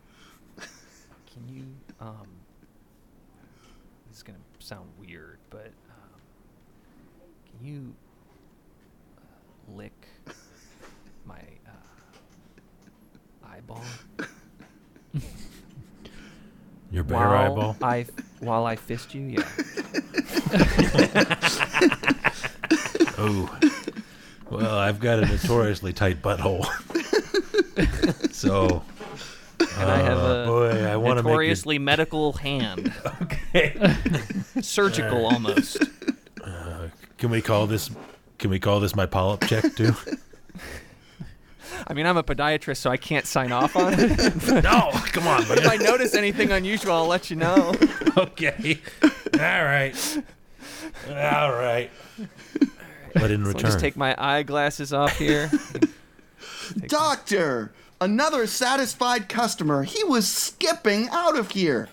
Speaker 2: Can you, um, this is gonna sound weird, but um, can you uh, lick my uh, eyeball
Speaker 3: Your bare
Speaker 2: while
Speaker 3: eyeball.
Speaker 2: I f- while I fist you? Yeah.
Speaker 3: I've got a notoriously tight butthole. so,
Speaker 2: And I have
Speaker 3: uh,
Speaker 2: a
Speaker 3: boy, I want to make you
Speaker 2: notoriously medical hand. okay. Surgical almost.
Speaker 3: Can we call this? Can we call this my polyp check too?
Speaker 2: I mean, I'm a podiatrist, so I can't sign off on it.
Speaker 3: no, come on,
Speaker 2: if I
Speaker 3: man.
Speaker 2: notice anything unusual, I'll let you know.
Speaker 3: okay. All right. All right. But in
Speaker 2: I'll just
Speaker 3: return,
Speaker 2: take my eyeglasses off here.
Speaker 4: Doctor, another satisfied customer. He was skipping out of here.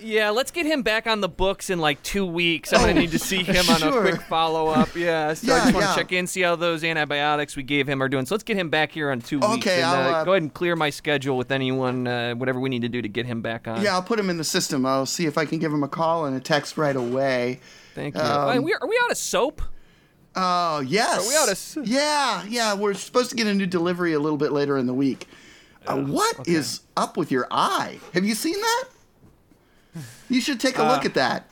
Speaker 2: yeah, let's get him back on the books in like two weeks. I'm gonna need to see him on
Speaker 4: Oh, Sure.
Speaker 2: a quick follow up. Yeah, so I
Speaker 4: Yeah,
Speaker 2: just want to
Speaker 4: yeah.
Speaker 2: check in, see how those antibiotics we gave him are doing. So let's get him back here on two weeks.
Speaker 4: Okay,
Speaker 2: and,
Speaker 4: I'll,
Speaker 2: uh,
Speaker 4: uh,
Speaker 2: go ahead and clear my schedule with anyone, uh, whatever we need to do to get him back on.
Speaker 4: Yeah, I'll put him in the system. I'll see if I can give him a call and a text right away.
Speaker 2: thank you.
Speaker 4: um,
Speaker 2: Are we- are we out of soap?
Speaker 4: Oh, yes.
Speaker 2: Are we out of s-
Speaker 4: Yeah, yeah. We're supposed to get a new delivery a little bit later in the week. Uh, what is up with your eye? Have you seen that? You should take a
Speaker 2: Uh,
Speaker 4: look at that.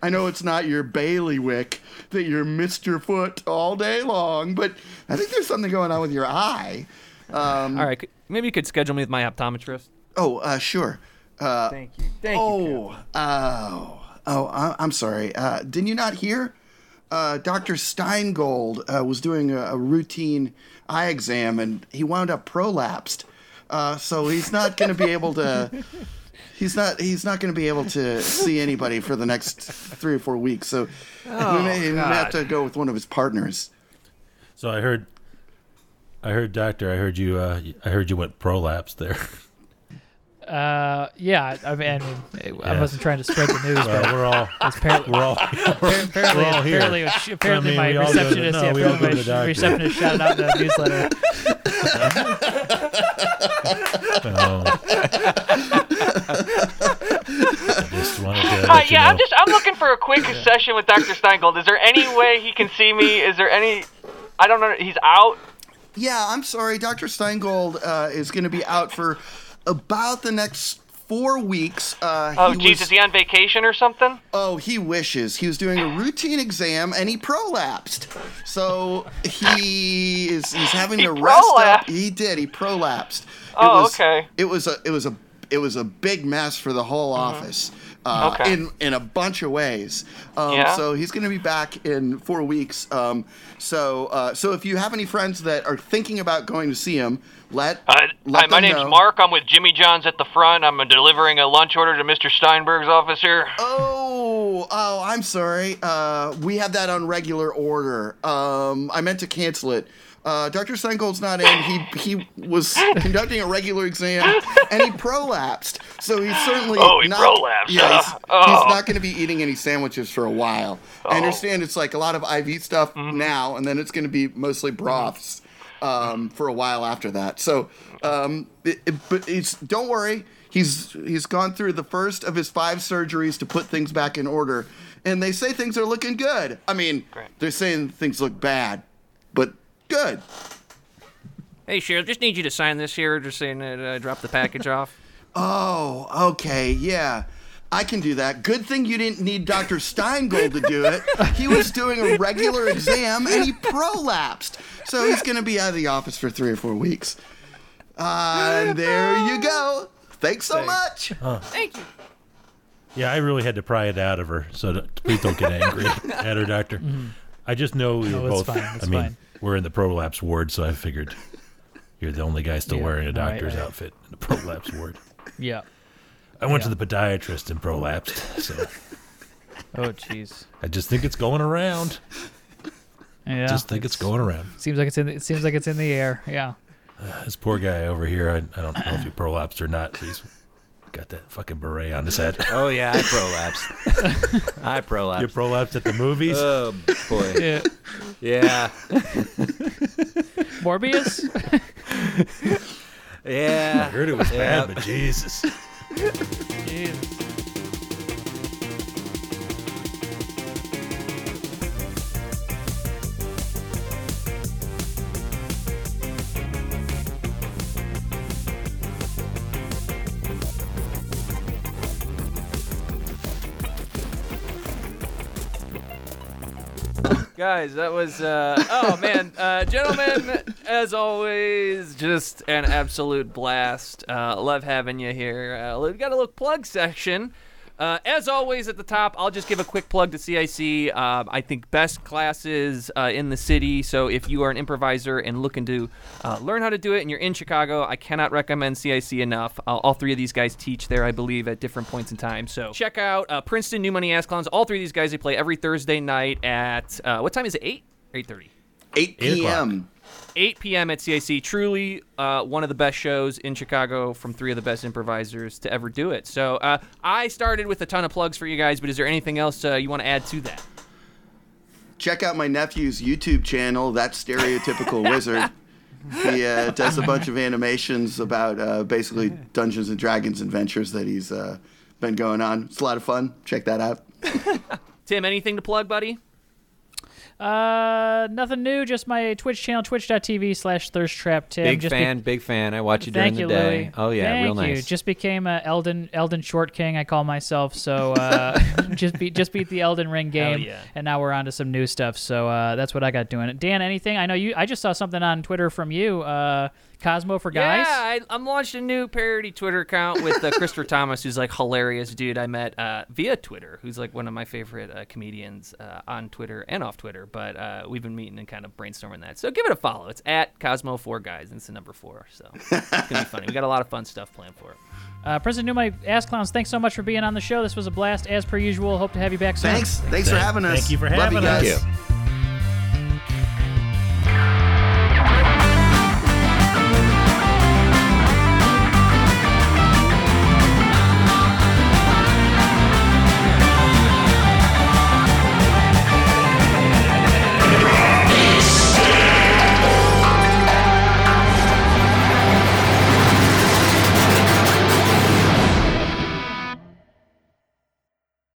Speaker 4: I know it's not your bailiwick that you're Mr. Foot all day long, but I think there's something going on with your eye. Mm.
Speaker 2: All right, c- maybe you could schedule me with my optometrist.
Speaker 4: Oh, uh, sure. Uh,
Speaker 2: Thank you. Thank
Speaker 4: oh, oh, oh, I- I'm sorry. Uh, didn't you not hear? Uh, Dr. Steingold uh, was doing a, a routine eye exam and he wound up prolapsed. Uh, so he's not going to be able to. He's not. He's not going to be able to see anybody for the next three or four weeks. So we may we may have
Speaker 2: Oh,
Speaker 4: to go with one of his partners.
Speaker 3: so I heard. I heard, doctor. I heard you. Uh, I heard you went prolapse there.
Speaker 1: Uh, yeah, I mean, I, mean, I wasn't trying to spread the news,
Speaker 3: Uh,
Speaker 1: but
Speaker 3: we're all.
Speaker 1: apparently,
Speaker 3: We're all.
Speaker 1: apparently,
Speaker 3: all here.
Speaker 1: apparently, apparently
Speaker 3: I mean,
Speaker 1: my
Speaker 3: we all go to-
Speaker 1: receptionist,
Speaker 3: no,
Speaker 1: yeah,
Speaker 3: we all go to
Speaker 1: apparently
Speaker 3: the
Speaker 1: my
Speaker 3: doctor.
Speaker 1: receptionist shouted out in the newsletter.
Speaker 3: Oh. I just wanted to.
Speaker 6: Uh,
Speaker 3: let you
Speaker 6: yeah, I'm
Speaker 3: know.
Speaker 6: just I'm looking for a quick session with Dr. Steingold. Is there any way he can see me? Is there any? I don't know. He's out.
Speaker 4: Yeah, I'm sorry. Dr. Steingold uh, is going to be out for about the next four weeks. Uh,
Speaker 6: Oh,
Speaker 4: he was-
Speaker 6: Jesus, he on vacation or something?
Speaker 4: Oh, he wishes. He was doing a routine exam and he prolapsed. So he is he's having
Speaker 6: He
Speaker 4: to rest up.
Speaker 6: prolapsed?
Speaker 4: He did. He prolapsed.
Speaker 6: Oh,
Speaker 4: it was,
Speaker 6: okay.
Speaker 4: It was a it was a it was a big mess for the whole office. Uh,
Speaker 6: Mm-hmm. Okay.
Speaker 4: In in a bunch of ways. Um,
Speaker 6: Yeah.
Speaker 4: So he's going to be back in four weeks. Um, so uh, so if you have any friends that are thinking about going to see him, let
Speaker 6: Uh,
Speaker 4: let
Speaker 6: hi, my
Speaker 4: them
Speaker 6: name's
Speaker 4: know.
Speaker 6: Mark. I'm with Jimmy John's at the front. I'm uh, delivering a lunch order to Mr. Steinberg's office here.
Speaker 4: Oh, oh, I'm sorry. Uh, we have that on regular order. Um, I meant to cancel it. Uh, Dr. Steingold's not in. He he was conducting a regular exam and he prolapsed. So he's certainly
Speaker 6: Oh, he
Speaker 4: not,
Speaker 6: prolapsed,
Speaker 4: Yeah, he's,
Speaker 6: huh? Oh.
Speaker 4: he's not going to be eating any sandwiches for a while. I understand it's like a lot of IV stuff now, and then it's going to be mostly broths um, for a while after that. So, um, it, it, but it's don't worry. He's he's gone through the first of his five surgeries to put things back in order, and they say things are looking good. I mean, they're saying things look bad, but good.
Speaker 2: Hey, Cheryl, just need you to sign this here, just saying that uh, drop the package off.
Speaker 4: Oh, okay, yeah. I can do that. Good thing you didn't need Dr. Steingold to do it. He was doing a regular exam and he prolapsed. So he's going to be out of the office for three or four weeks. Uh, and there you go. Thanks so much.
Speaker 3: Yeah, I really had to pry it out of her, so that please don't get angry at her, doctor. I just know we were
Speaker 1: Mm-hmm. it's
Speaker 3: both.
Speaker 1: fine, it's
Speaker 3: I mean,
Speaker 1: fine.
Speaker 3: we're in the prolapse ward, so I figured you're the only guy still
Speaker 1: Yeah,
Speaker 3: wearing a
Speaker 1: all right,
Speaker 3: doctor's
Speaker 1: right.
Speaker 3: outfit in the prolapse ward.
Speaker 1: Yeah.
Speaker 3: I went to the podiatrist and prolapsed, so
Speaker 1: Oh, jeez.
Speaker 3: I just think it's going around.
Speaker 1: Yeah.
Speaker 3: Just think it's going around.
Speaker 1: seems like it's in. The, it seems like it's in the air. Yeah.
Speaker 3: This poor guy over here. I, I don't know if he prolapsed or not. but He's got that fucking beret on his head.
Speaker 5: Oh yeah, I prolapsed. I
Speaker 3: you
Speaker 5: prolapsed.
Speaker 3: prolapsed at the movies.
Speaker 5: Oh boy.
Speaker 1: Yeah.
Speaker 5: Yeah.
Speaker 1: Morbius.
Speaker 3: I
Speaker 5: Yeah.
Speaker 3: heard it was
Speaker 5: Yeah.
Speaker 3: bad, but Jesus.
Speaker 1: Jesus.
Speaker 2: Guys, that was uh, oh man, uh, gentlemen, as always, just an absolute blast. Uh, love having you here. Uh, we've got a little plug section. Uh, as always, at the top, I'll just give a quick plug to CIC. Uh, I think best classes uh, in the city. So if you are an improviser and looking to uh, learn how to do it, and you're in Chicago, I cannot recommend CIC enough. Uh, all three of these guys teach there, I believe, at different points in time. So check out uh, Princeton New Money Ass Clowns. All three of these guys they play every Thursday night at uh, what time is it? Eight, eight thirty.
Speaker 4: 8
Speaker 3: Eight o'clock.
Speaker 4: p.m.
Speaker 2: 8 p.m. at CIC. Truly uh, one of the best shows in Chicago from three of the best improvisers to ever do it. So uh, I started with a ton of plugs for you guys, but is there anything else uh, you want to add to that?
Speaker 4: Check out my nephew's YouTube channel. That's stereotypical wizard. He uh, does a bunch of animations about uh, basically Dungeons and Dragons adventures that he's uh, been going on. It's a lot of fun. Check that out.
Speaker 2: Tim, anything to plug, buddy?
Speaker 1: Uh, nothing new. Just my Twitch channel, twitch.tv slash thirst trap Tim.
Speaker 5: Big
Speaker 1: just be-
Speaker 5: fan, big fan. I watch you
Speaker 1: Thank
Speaker 5: during the
Speaker 1: you,
Speaker 5: day.
Speaker 1: Louis.
Speaker 5: Oh yeah,
Speaker 1: Thank
Speaker 5: real nice.
Speaker 1: You. Just became a Elden Elden Short King. I call myself. So uh, just beat just beat the Elden Ring game,
Speaker 2: yeah.
Speaker 1: and now we're on to some new stuff. So uh, that's what I got doing. Dan, anything? I know you. I just saw something on Twitter from you, uh, Cosmo for guys.
Speaker 2: Yeah, I, I'm launched a new parody Twitter account with uh, Christopher Thomas, who's like hilarious dude I met uh, via Twitter, who's like one of my favorite uh, comedians uh, on Twitter and off Twitter. But uh, we've been meeting and kind of brainstorming that. So give it a follow. It's at Cosmo Four Guys. And it's the number four, so it's gonna be funny. We got a lot of fun stuff planned for it.
Speaker 1: Uh, President Newman, Ass Clowns. Thanks so much for being on the show. This was a blast, as per usual. Hope to have you back soon.
Speaker 4: Thanks. Thanks for having us.
Speaker 3: Thank you for
Speaker 4: Love
Speaker 3: having us.
Speaker 4: guys.